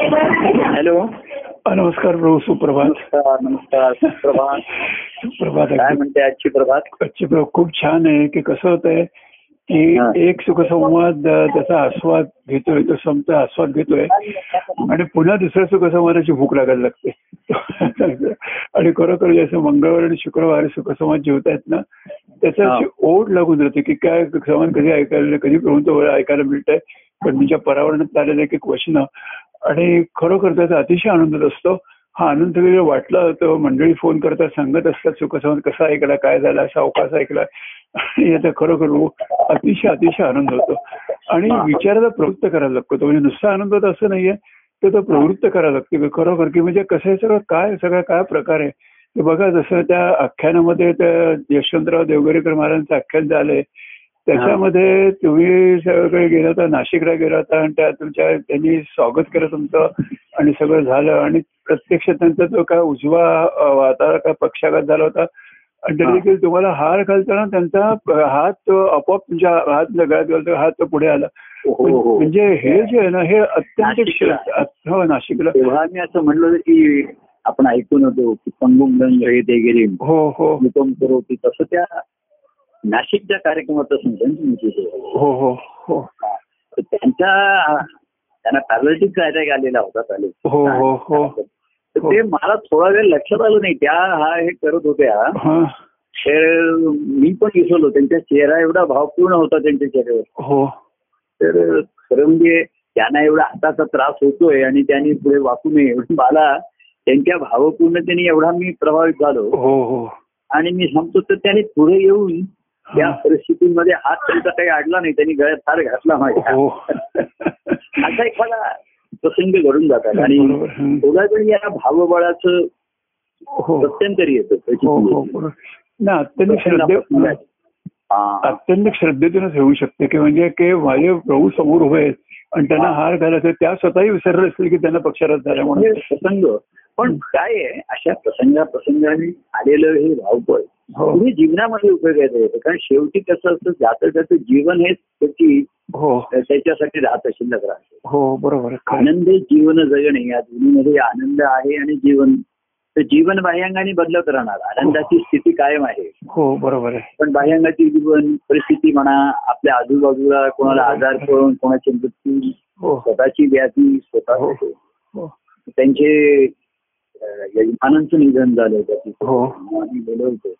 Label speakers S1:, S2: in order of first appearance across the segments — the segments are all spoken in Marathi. S1: हॅलो
S2: नमस्कार प्रभू सुप्रभात
S1: नमस्कार नमस्कार सुप्रभात
S2: सुप्रभात
S1: काय
S2: अगदी
S1: म्हणते आजची प्रभात
S2: आजची प्रभू खूप छान आहे की कसं होत आहे
S1: हा.
S2: की एक सुखसंवाद अ, त्याचा आस्वाद घेतोय तो समचा आस्वाद घेतोय आणि पुन्हा दुसऱ्या सुखसंवादाची भूक लागायला लागते आणि खरोखर जसं मंगळवार आणि शुक्रवार सुखसंवाद जेवतायत ना त्याचा
S1: हा.
S2: अशी ओढ लागून जाते की काय संवाद कधी ऐकायला कधी प्रभूंचं वळ ऐकायला मिळत आहे पंडितच्या परावरणात आलेलं एक एक वचनं आणि खरोखर त्याचा अतिशय आनंद असतो हा आनंद वेगळा वाटला होतो मंडळी फोन करतात सांगत असतात सुखसंवाद कसा ऐकला काय झाला सावकाश ऐकला आणि याचा खरोखर अतिशय अतिशय आनंद होतो आणि
S1: हा.
S2: विचाराला प्रवृत्त करायला लागतो तो म्हणजे नुसता आनंद होता असं नाहीये तर तो प्रवृत्त करायला लागतो की खरोखर की म्हणजे कसं आहे सगळं काय सगळं काय प्रकार आहे ते बघा जसं त्या आख्यानामध्ये त्या यशवंतराव देवगरेकर महाराजांचं आख्यान झालंय त्याच्यामध्ये तुम्ही सगळीकडे गेला होता नाशिकला गेला होता आणि त्या तुमच्या त्यांनी स्वागत केलं तुमचं आणि सगळं झालं आणि प्रत्यक्ष त्यांचा जो काय उजवा अ, वातावरण काय पक्षाघात झाला होता आणि
S1: हा.
S2: त्यांनी देखील तुम्हाला हार घालताना त्यांचा अ, हात अ, आपोआप तुमच्या हात गळ्यात घालतो हात तो पुढे आला
S1: हो हो
S2: म्हणजे हे जे आहे ना हे अत्यंत
S1: नाशिकला.
S2: क्ष- हो नाशिकला
S1: तेव्हा मी असं म्हणलं होतं की आपण ऐकून होतो की पंगुम रंग हे ते गेले
S2: हो हो
S1: निकम करोती तसं त्या नाशिकच्या कार्यक्रमाचं समजा तुमची सेवा.
S2: हो हो हो
S1: तर त्यांच्या त्यांना पॅरलिटिक कायदा आलेला होता चालेल
S2: हो हो हो
S1: तर ते मला थोडा वेळ लक्षात आलं नाही त्या हा हे करत होत्या
S2: हा.
S1: तर मी पण विसरलो त्यांचा चेहरा एवढा भावपूर्ण होता त्यांच्या चेहऱ्यावर
S2: हो
S1: तर खरं म्हणजे त्यांना एवढा हाताचा त्रास होतोय आणि त्यांनी पुढे वाकू नये म्हणून मला त्यांच्या भावपूर्णतेने एवढा मी प्रभावित झालो
S2: हो हो
S1: आणि मी सांगतो तर त्यांनी पुढे येऊन त्या
S2: हा.
S1: परिस्थितीमध्ये हात त्यांचा काही अडला नाही त्यांनी गळ्यात फार घातला माझ्या
S2: हो
S1: असा एखादा प्रसंग घडून जातात आणि
S2: बरोबर. हं.
S1: थोडा वेळ या भावबळाचं
S2: हो
S1: प्रत्यंतरी येतं
S2: हो हो बरोबर. ना अत्यंत श्रद्धे
S1: हा.
S2: अत्यंत श्रद्धेतूनच होऊ शकते की म्हणजे की माझे प्रभू समोर उभे आहेत आणि त्यांना हार घालायचा त्या स्वतःही विसरले असतील की त्यांना पक्षाघात झाला
S1: त्यामुळे
S2: म्हणून
S1: म्हणजे प्रसंग पण काय आहे अशा प्रसंगा प्रसंगाने आलेलं हे भावपळ
S2: हो
S1: तुम्ही जीवनामध्ये उपयोगाचं येतं कारण शेवटी कसं असतं जातं जातं जीवन हे शेवटी
S2: हो
S1: त्याच्यासाठी राहत शिल्लक राहतं
S2: हो बरोबर आहे. खरं.
S1: आनंद जीवन जगणे या दोन्हीमध्ये आनंद आहे आणि जीवन तर जीवन बाह्यांगाने बदलत राहणार आनंदाची स्थिती कायम आहे
S2: हो बरोबर आहे
S1: पण बाह्यांगाची जीवन परिस्थिती म्हणा आपल्या आजूबाजूला कोणाला आजार करून कोणाची मृत्यू
S2: हो
S1: स्वतःची व्याधी स्वतः
S2: हो.
S1: होते.
S2: हो
S1: त्यांचे अं, यजमानांचं निधन झालं होतं तिथे.
S2: हो
S1: आम्ही गेलो होतो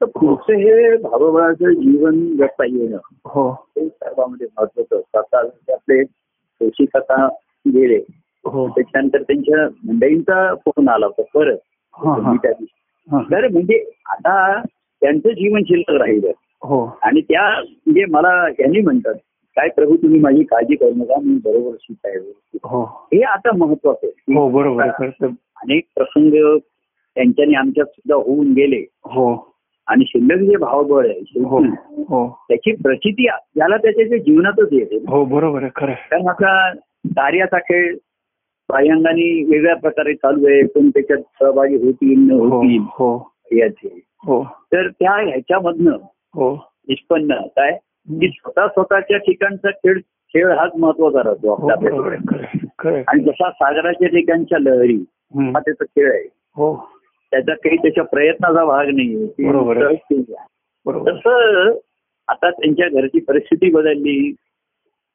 S1: तर पुढचं हे भावबळाचं जीवन जगता येणं
S2: हो
S1: हे सर्वांमध्ये महत्वाचं असतं आता जे आपले जोशी काका गेले
S2: हो
S1: त्याच्यानंतर त्यांच्या मंडळींचा फोन आला होता परत
S2: हा, हा.
S1: मी त्या दिवशी.
S2: हा.
S1: तर म्हणजे आता त्यांचं जीवन शिल्लक राहिलं
S2: हो
S1: आणि त्या म्हणजे मला यांनी म्हणतात काय प्रभू तुम्ही माझी काळजी करू नका मी बरोबर शिक आहे
S2: हो
S1: हे आता महत्वाचं आहे
S2: हो बरोबर आहे खरं तर.
S1: अनेक प्रसंग त्यांच्याने आमच्यात सुद्धा होऊन गेले
S2: हो
S1: आणि शिल्लक जे भावबळ आहे
S2: हो
S1: शेवटी
S2: हो
S1: त्याची प्रचिती याला त्याच्या त्या जीवनातच येते
S2: हो बरोबर आहे खरं आहे.
S1: कारण आता कार्याचा खेळ बाह्यांगाने वेगळ्या प्रकारे चालू आहे कोण त्याच्यात सहभागी होतील न
S2: हो
S1: होतील
S2: हो
S1: याचे
S2: हो
S1: तर त्या ह्याच्यामधनं
S2: हो
S1: निष्पन्न काय की स्वतः स्वतःच्या ठिकाणचा खेळ खेळ हाच महत्वाचा राहतो
S2: हो
S1: आपल्या
S2: बरोबर
S1: आपल्याकडे.
S2: आहे खरं आहे. खरं आहे.
S1: आणि जसा सागराच्या ठिकाणच्या लहरी
S2: हं.
S1: हा त्याचा खेळ आहे
S2: हो
S1: त्याचा काही त्याच्या प्रयत्नाचा भाग नाहीये ती
S2: बरोबर आहे.
S1: सहज खेळ आहे.
S2: बरोबर आहे.
S1: तसं आता त्यांच्या घरची परिस्थिती बदलली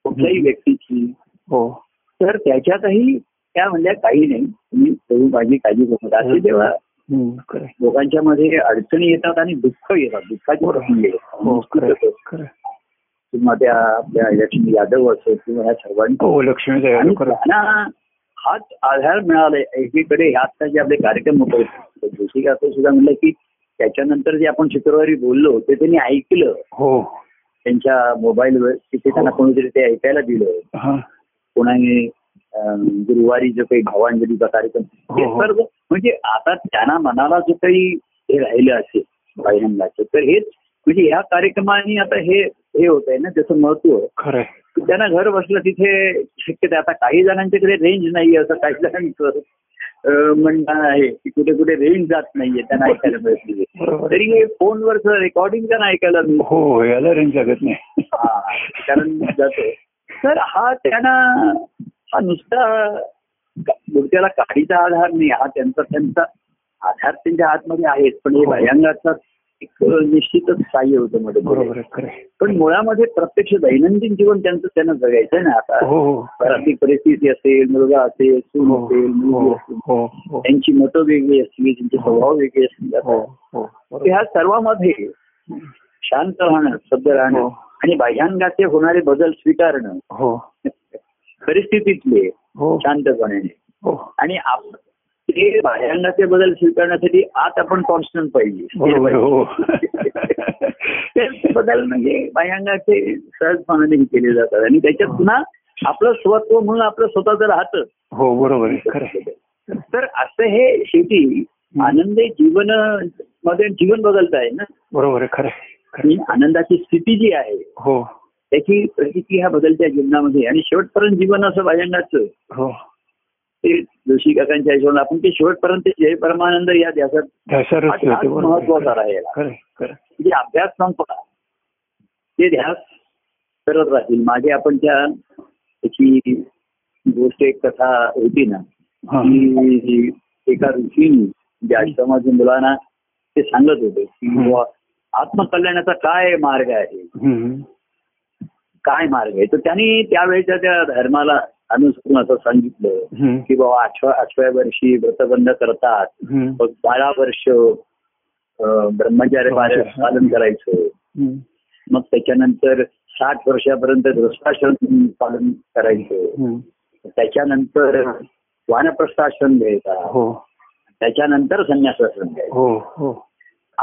S1: कुठल्याही
S2: हम्म.
S1: व्यक्तीची
S2: हो
S1: तर त्याच्यातही त्या म्हणल्या काही नाही तुम्ही तुम्ही माझी काळजी करू नका असे
S2: हम्म.
S1: जेव्हा
S2: हं, खरं आहे.
S1: लोकांच्या मध्ये अडचणी येतात आणि दुःख येतात दुःखाचे
S2: बरोबर.
S1: प्रसंग
S2: हो खरं
S1: येतात
S2: आहे. खरं आहे.
S1: किंवा त्या आपल्या लक्ष्मी यादव असो किंवा ह्या सर्वांना
S2: हो लक्ष्मी जायला
S1: आणि
S2: खरं आहे.
S1: त्यांना हाच आधार मिळालाय एकीकडे हे आता जे आपले कार्यक्रम होते जोशी काका सुद्धा म्हणलं की त्याच्यानंतर जे आपण शुक्रवारी बोललो ते त्यांनी ऐकलं
S2: हो
S1: त्यांच्या मोबाईलवर तिथे त्यांना
S2: हो.
S1: कोणीतरी ते ऐकायला दिलं
S2: हा
S1: कोणाने अं, गुरुवारी जो काही भावांजलीचा कार्यक्रम हे
S2: हो, हो.
S1: सर्व म्हणजे आता त्यांना मनाला जो काही हे राहिलं असेल पहिल्यांदाचं तर हेच म्हणजे ह्या कार्यक्रमाने आता हे हे होत आहे ना त्याचं महत्व
S2: खरं आहे.
S1: की त्यांना घर बसलं तिथे शक्यता आता काही जणांच्याकडे रेंज नाही असं काही जणांचं अं, म्हणणं आहे की कुठे कुठे रेंज जात नाहीये त्यांना ऐकायला मिळत नाहीये
S2: बरोबर आहे.
S1: तरी हे फोनवरच रेकॉर्डिंग त्यांना ऐकायला मिळतं
S2: हो हो, याला रेंज लागत नाही
S1: हा, कारण जातो तर हा त्यांना हा नुसता मूर्त्याला काडीचा आधार नाही हा त्यांचा त्यांचा आधार त्यांच्या आतमध्ये आहेच पण हे
S2: हो.
S1: भयंगाचा एक निश्चितच सहाय्य होतं मध्ये
S2: बरोबर आहे खरं आहे.
S1: पण मुळामध्ये प्रत्यक्ष दैनंदिन जीवन त्यांचं त्यांना जगायचं आहे ना आता
S2: हो हो
S1: घरातली परिस्थिती असेल मुलगा असेल सून
S2: हो
S1: असेल मुलगी
S2: हो
S1: असेल
S2: हो हो
S1: त्यांची मतं वेगळी असतील त्यांचे स्वभाव वेगळे असतील
S2: हो
S1: आता
S2: हो बरोबर.
S1: ह्या सर्वांमध्ये शांत राहणं शब्द राहणं
S2: हो.
S1: आणि बाह्यांगाचे होणारे बदल स्वीकारणं
S2: हो
S1: परिस्थितीतले
S2: हो
S1: शांतपणे
S2: हो
S1: आणि आप- ते बाह्यांगाचे बदल स्वीकारण्यासाठी आत आपण कॉन्स्टंट पाहिजे स्थिर
S2: बरोबर
S1: पाहिजे.
S2: हो
S1: ते बदल म्हणजे बाह्यांगाचे सहजपणाने हे केले जातात आणि त्याच्यात पुन्हा आपलं स्वत्व म्हणून आपलं स्वतःच राहतं
S2: हो बरोबर आहे खरं आहे.
S1: तर असं हे शेवटी आनंद जीवन मध्ये जीवन बदलत आहे ना
S2: बरोबर आहे खरं आहे. खरं आहे.
S1: आणि आनंदाची स्थिती जी आहे
S2: हो
S1: त्याची प्रतिक्रिया बदलत्या जीवनामध्ये आणि शेवटपर्यंत जीवन असं भायंगाचं
S2: हो
S1: ते जोशी काकांच्या हिशोबाने आपण ते शेवटपर्यंत जय परमानंद या ध्यासात
S2: ध्यासारच
S1: हा ध्यास
S2: होते
S1: महत्वाचा
S2: बरोबर
S1: राहील.
S2: खरं आहे, खरं आहे.
S1: म्हणजे अभ्यास संपला ते ध्यास करत राहतील मागे आपण त्या त्याची गोष्ट एक कथा होती ना
S2: हा.
S1: की एका ऋषीने म्हणजे आश्रमाच्या मुलांना ते सांगत होते की
S2: हं.
S1: बुवा, आत्मकल्याणाचा काय मार्ग आहे
S2: हम्म.
S1: काय मार्ग आहे तर त्यांनी त्यावेळेच्या त्या धर्माला अनुसरून असं सांगितलं
S2: हम्म.
S1: की बाबा आठव्या आठव्या वर्षी व्रतबंध करतात
S2: हम्म.
S1: मग बारा वर्ष अं, ब्रह्मचार्य पालन- पालन करायचं
S2: हम्म.
S1: मग त्याच्यानंतर साठ वर्षापर्यंत गृहस्थाश्रम पालन करायचं
S2: हम्म.
S1: त्याच्यानंतर वानप्रस्थाश्रम घ्यायचा
S2: हो
S1: त्याच्यानंतर संन्यासाश्रम घ्यायचा
S2: हो हो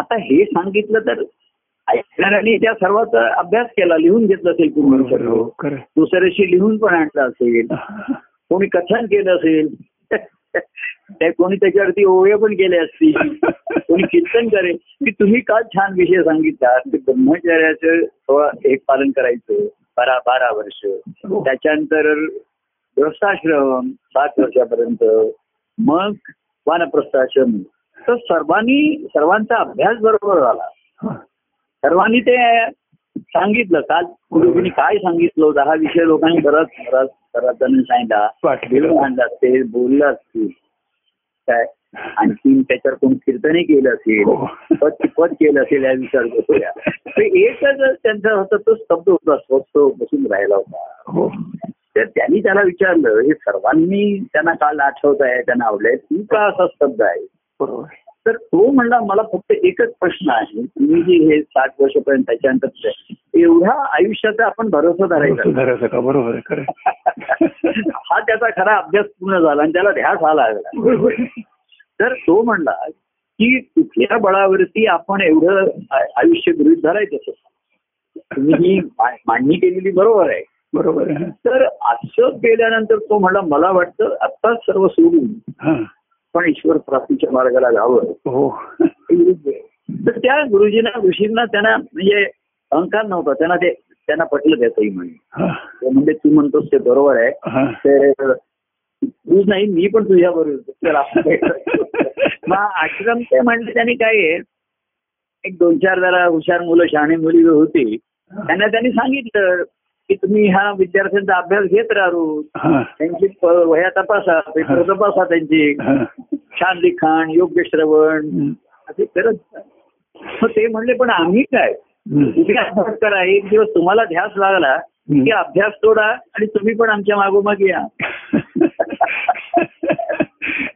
S1: आता हे सांगितलं तर ऐकणाऱ्यांनी त्या सर्वाचा अभ्यास केला लिहून घेतलं असेल पूर्ण
S2: बरोबर आहे,
S1: सर्व
S2: हो खरं आहे.
S1: दुसऱ्याशी लिहून पण आणलं असेल कोणी कथन केलं असेल त्या कोणी त्याच्यावरती ओव्या पण केल्या असतील कोणी कीर्तन करेल की तुम्ही काल छान विषय सांगितला की ब्रह्मचर्याचं थोडं एक पालन करायचं बारा बारा वर्ष
S2: हो.
S1: त्याच्यानंतर गृहस्थाश्रम सात वर्षापर्यंत मग वानप्रस्थाश्रम तर सर्वांनी सर्वांचा अभ्यास बरोबर झाला
S2: हा.
S1: सर्वांनी ते सांगितलं काल कुणी काय सांगितलं दहा विषय लोकांनी बराच बराच बराच जणांनी सांगितला
S2: पाठलेलं
S1: फिरून आणलं असेल बोललं असतील काय आणखीन त्याच्यावर कोण कीर्तनही केलं असेल
S2: हो.
S1: पद पद केलं असेल या विचार करूया ते एकच त्यांचा होता तो स्तब्ध होता स्वस्त बसून राहिला होता
S2: हो
S1: तर त्यांनी त्याला विचारलं हे सर्वांनी त्यांना काल आठवत आहे त्यांना आवडलंय तू का असा स्तब्ध आहे
S2: बरोबर आहे.
S1: तर तो म्हणला मला फक्त एकच प्रश्न आहे तुम्ही जे हे साठ वर्षपर्यंत त्याच्यानंतर जे- एवढ्या आयुष्याचा आपण भरोसा धरायचा
S2: सुधारायचं का बरोबर आहे खरं आहे.
S1: हा त्याचा खरा अभ्यास पूर्ण झाला आणि त्याला ध्यास हा लागला
S2: बरोबर आहे.
S1: तर तो म्हणला की कुठल्या बळावरती आपण एवढं आ- आयुष्य गृहित धरायचं असं तुम्ही ही मा- मांडणी केलेली बरोबर आहे
S2: बरोबर आहे
S1: तर असं केल्यानंतर तो म्हणला मला वाटतं आत्ताच सर्व सोडून
S2: हा.
S1: पण ईश्वर प्राप्तीच्या मार्गाला जावं
S2: हो
S1: हे विरुद्ध आहे. तर त्या गुरुजींना ऋषींना त्यांना म्हणजे अहंकार नव्हता त्यांना ते त्यांना पटलं त्याचंही म्हणे
S2: हा.
S1: ते म्हणजे तू म्हणतोस ते बरोबर आहे
S2: हा.
S1: तर तू नाही मी पण तुझ्या बरोबर मग आश्रम ते म्हणले त्यांनी काय आहे, एक दोन चार जरा हुशार मुलं शहाणी मुली जो होती त्यांना त्यांनी सांगितलं की तुम्ही ह्या विद्यार्थ्यांचा अभ्यास घेत राहू
S2: हा.
S1: त्यांची प- वह्या तपासा पेपर तपासा त्यांची
S2: हा.
S1: छान लिखाण योग्य श्रवण
S2: हम्म.
S1: असे करत जा. मग ते म्हणले पण आम्ही काय
S2: हम्म.
S1: तुम्ही अभ्यास करा एक दिवस तुम्हाला ध्यास लागला की अभ्यास सोडा आणि तुम्ही पण आमच्या मागोमाग या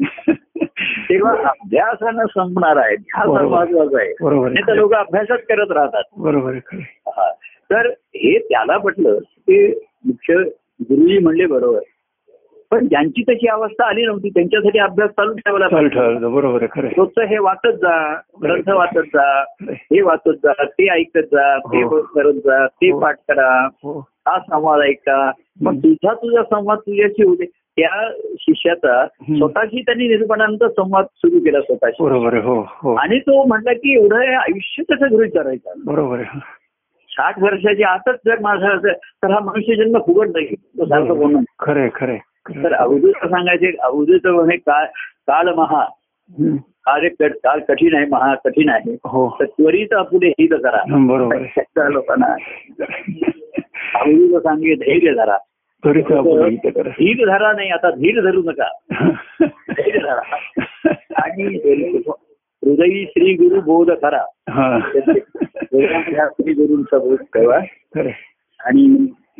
S1: तेव्हा अभ्यासानं संपणार आहे ध्यास हा
S2: बरोबर.
S1: महत्वाचा आहे
S2: बरोबर
S1: नाही तर
S2: आहे
S1: लोक अभ्यासच करत राहतात
S2: बरोबर आहे खरं आहे.
S1: हा. तर हे त्याला पटलं ते मुख्य गुरुजी म्हणले बरोबर पण ज्यांची तशी अवस्था आली नव्हती त्यांच्यासाठी अभ्यास चालू ठेवायला
S2: चालू
S1: पाहिजे.
S2: ठेवायचं बरोबर आहे खरं आहे.
S1: रोजचं हे वाचत जा ग्रंथ वाचत जा
S2: खरं आहे.
S1: हे वाचत जा ते ऐकत जा ते
S2: हो.
S1: करत जा ते
S2: हो.
S1: पाठ करा
S2: हो
S1: हा संवाद ऐका मग
S2: हं.
S1: तुझा तुझा संवाद तुझ्याशी होते त्या शिष्याचा
S2: हं.
S1: स्वतःशी त्यांनी निर्पणानंतर संवाद सुरू केला स्वतःशी
S2: बरोबर आहे हो हो
S1: आणि तो म्हणला की एवढं हे आयुष्य कसं गृहित करायचं
S2: बरोबर आहे
S1: साठ वर्षाच्या आतच जर माझा असेल तर हा मनुष्य जन्म फुगट नाही तो सारखं बोलणं
S2: खरं आहे खरं आहे, खरं
S1: तर
S2: आहे.
S1: अवधूत सांगायचे अवधूत म्हणे काळ काळ महा
S2: हं.
S1: काळ एक कट- काळ कठीण आहे महा कठीण आहे
S2: हो
S1: तर त्वरित आपुले हित करा
S2: हं, बरोबर आहे
S1: त्या लोकांना अवधूत सांगे धैर्य धरा
S2: त्वरित आपण इथे करा
S1: धीर धरा नाही आता धीर धरू नका धीर धरा आणि हृदयी श्री गुरु बोध खरा
S2: हा
S1: हृदयामध्ये हा श्री गुरुंचा बोध ठेवा
S2: खरं
S1: आणि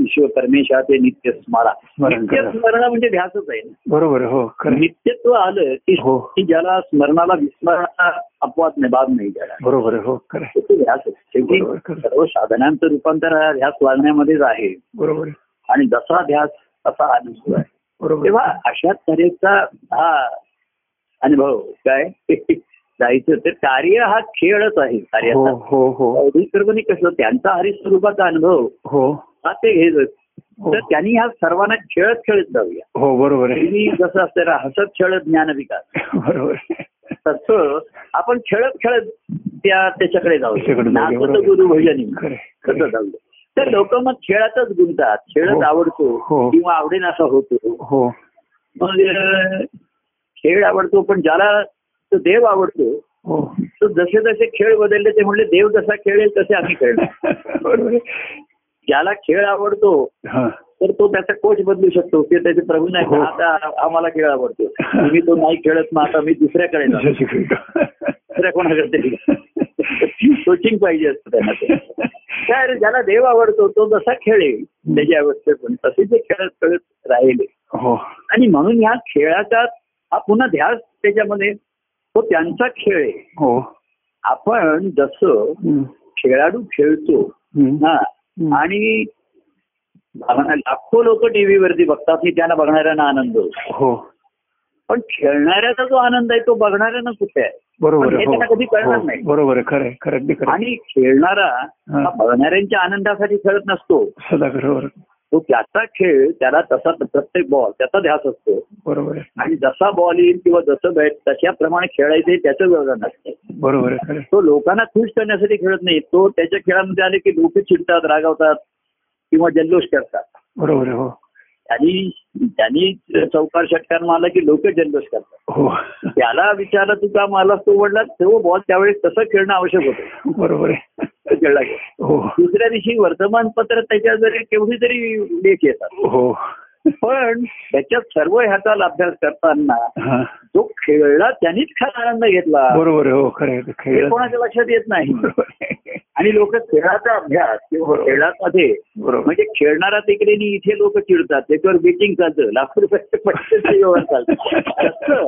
S1: ईश्वर परमेश्वर ते नित्य स्मरा
S2: स्मरण
S1: नित्य
S2: करा.
S1: स्मरण म्हणजे ध्यासच आहे ना
S2: बरोबर आहे, हो खरं
S1: नित्यत्व आलं की
S2: हो.
S1: की ज्याला स्मरणाला विस्मरणाला अपवाद नाही बाद नाही ज्याला
S2: बरोबर आहे, हो खरं आहे.
S1: तो ध्यास आहे. शेवटी
S2: बरोबर, खरं.
S1: सर्व साधनांचं रूपांतर हा ध्यास वाढण्यामध्येच आहे
S2: बरोबर आहे,
S1: आणि जसा ध्यास तसा अनुभव आहे
S2: बरोबर आहे.
S1: तेव्हा अशा तऱ्हेचा हा अनुभव काय जायचं तर कार्य हा खेळच आहे
S2: हो
S1: कार्याचा
S2: हो हो
S1: अवधीकर्मणी कसं त्यांचा हरिस्वरूपाचा अनुभव
S2: हो
S1: हा ते घेतच
S2: हो.
S1: तर त्यांनी ह्या सर्वांना खेळत खेळत जाऊया
S2: हो बरोबर आहे
S1: पूर्वी जसं असतं ना, हसत खेळत ज्ञान विकास
S2: बरोबर आहे.
S1: तसं आपण खेळत खेळत त्या त्याच्याकडे जाऊ
S2: त्याच्याकडे जाऊया,
S1: नाचत
S2: बरोबर.
S1: गुरु भजनी
S2: खरं आहे, खरं
S1: तसं
S2: आहे.
S1: जाऊ तर लोक मग खेळातच गुंतात खेळत
S2: हो.
S1: आवडतो
S2: हो.
S1: किंवा आवडेन असा होतो
S2: हो
S1: मग अं, खेळ आवडतो पण ज्याला तो देव आवडतो
S2: हो
S1: तो जसे जसे खेळ बदलले ते म्हणले देव जसा खेळेल तसे आम्ही खेळणार
S2: बरोबर आहे.
S1: ज्याला खेळ आवडतो
S2: हा
S1: तर तो त्याचा कोच बदलू शकतो की त्याचे प्रभू नाही का,
S2: हो.
S1: आता आम्हाला खेळ आवडतो तुम्ही तो नाही खेळत मग आता मी दुसऱ्याकडे जाणार.
S2: जशी क्रीडा.
S1: दुसऱ्या कोणाकडे तरी कोचिंग पाहिजे असतं त्यांना ते. काय रे, ज्याला देव आवडतो तो जसा खेळेल त्याच्या अवस्थेत तसे ते खेळत खेळत राहिले
S2: हो
S1: आणि म्हणून या खेळाचा हा पुन्हा ध्यास त्याच्यामध्ये तो त्यांचा खेळ आहे
S2: हो
S1: आपण जसं
S2: हम्म.
S1: खेळाडू खेळतो
S2: हम्म.
S1: ना
S2: हम्म.
S1: आणि बघणा- लाखो लोक टीव्हीवरती बघतात की त्यांना बघणाऱ्यांना आनंद होतो
S2: हो
S1: पण खेळणाऱ्याचा जो आनंद आहे तो बघणाऱ्यांना कुठे आहे
S2: बरोबर
S1: पण हे
S2: आहे,
S1: त्यांना कधी
S2: हो
S1: कळणार
S2: हो.
S1: नाही.
S2: बरोबर आहे खरं आहे, खरं आहे, अगदी खरं आहे.
S1: आणि खेळणारा
S2: हा.
S1: हा बघणाऱ्यांच्या आनंदासाठी खेळत नसतो
S2: सदा बरोबर
S1: तो त्याचा खेळ त्याला तसा प्रत्येक बॉल त्याचा ध्यास असतो
S2: बरोबर आहे
S1: आणि जसा बॉल येईल किंवा जसं बॅट तशाप्रमाणे खेळायचं हे त्याचं व्यवधान असतं
S2: बरोबर आहे खरं आहे.
S1: तो लोकांना खुश करण्यासाठी खेळत नाही तो त्याच्या खेळामध्ये आले की लोक चिडतात रागावतात किंवा जल्लोष करतात
S2: बरोबर आहे हो
S1: त्यांनी त्यांनी चौकार षटकार मारला की लोक जल्लोष करतात
S2: हो
S1: त्याला विचारलं तू का मारलास तो म्हणला तो बॉल त्यावेळेस तसं खेळणं आवश्यक होतं
S2: बरोबर आहे
S1: तो खेळला गेला.
S2: हो
S1: दुसऱ्या दिवशी वर्तमानपत्र त्याच्या जरी केवढी तरी लेख येतात
S2: हो
S1: पण त्याच्यात सर्व ह्याचा अभ्यास करताना
S2: हा
S1: जो खेळला त्यांनीच खरा आनंद घेतला
S2: बरोबर आहे हो खरं आहे
S1: हे
S2: खेळ
S1: कोणाच्या लक्षात येत नाही
S2: बरोबर आहे.
S1: आणि लोक खेळाचा अभ्यास किंवा
S2: बरोबर.
S1: खेळामध्ये
S2: बरोबर
S1: म्हणजे खेळणारा तिकडे नी इथे लोक चिडतात त्याच्यावर बेटिंग चालतं लाखो रुपयाचे पैशाचे व्यवहार चालतात तसं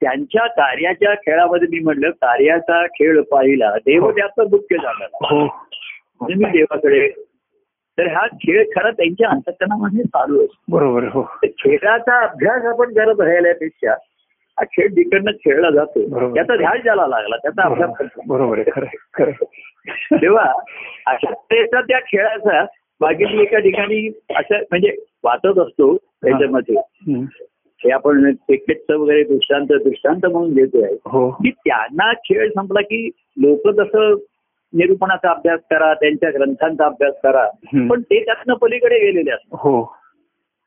S1: त्यांच्या कार्याच्या खेळामध्ये मी म्हणलं कार्याचा खेळ पाहिला देव
S2: हो.
S1: जास्त मुख्य झाला
S2: हो
S1: मी देवाकडे तर हा खेळ खरा त्यांच्या अंतकरणामध्ये चालू असतो
S2: बरोबर आहे, हो
S1: तर खेळाचा अभ्यास आपण करत राहिल्यापेक्षा हा खेळ जिकडनं खेळला जातो
S2: बरोबर.
S1: त्याचा ध्यास ज्याला लागला त्याचा अभ्यास करतो.
S2: बरोबर आहे खरं आहे, खरं आहे.
S1: तेव्हा अशा तऱ्हेचा त्या खेळाचा बाकी एका ठिकाणी असं म्हणजे वाचत असतो त्याच्यामध्ये
S2: हम्म.
S1: हे आपण क्रिकेटचं वगैरे दृष्टांत दृष्टांत म्हणून देतोय
S2: हो
S1: की त्यांना खेळ संपला की लोक जसं निरूपणाचा अभ्यास करा त्यांच्या ग्रंथांचा अभ्यास करा
S2: हम्म.
S1: पण ते त्यातनं पलीकडे गेलेले असतात
S2: हो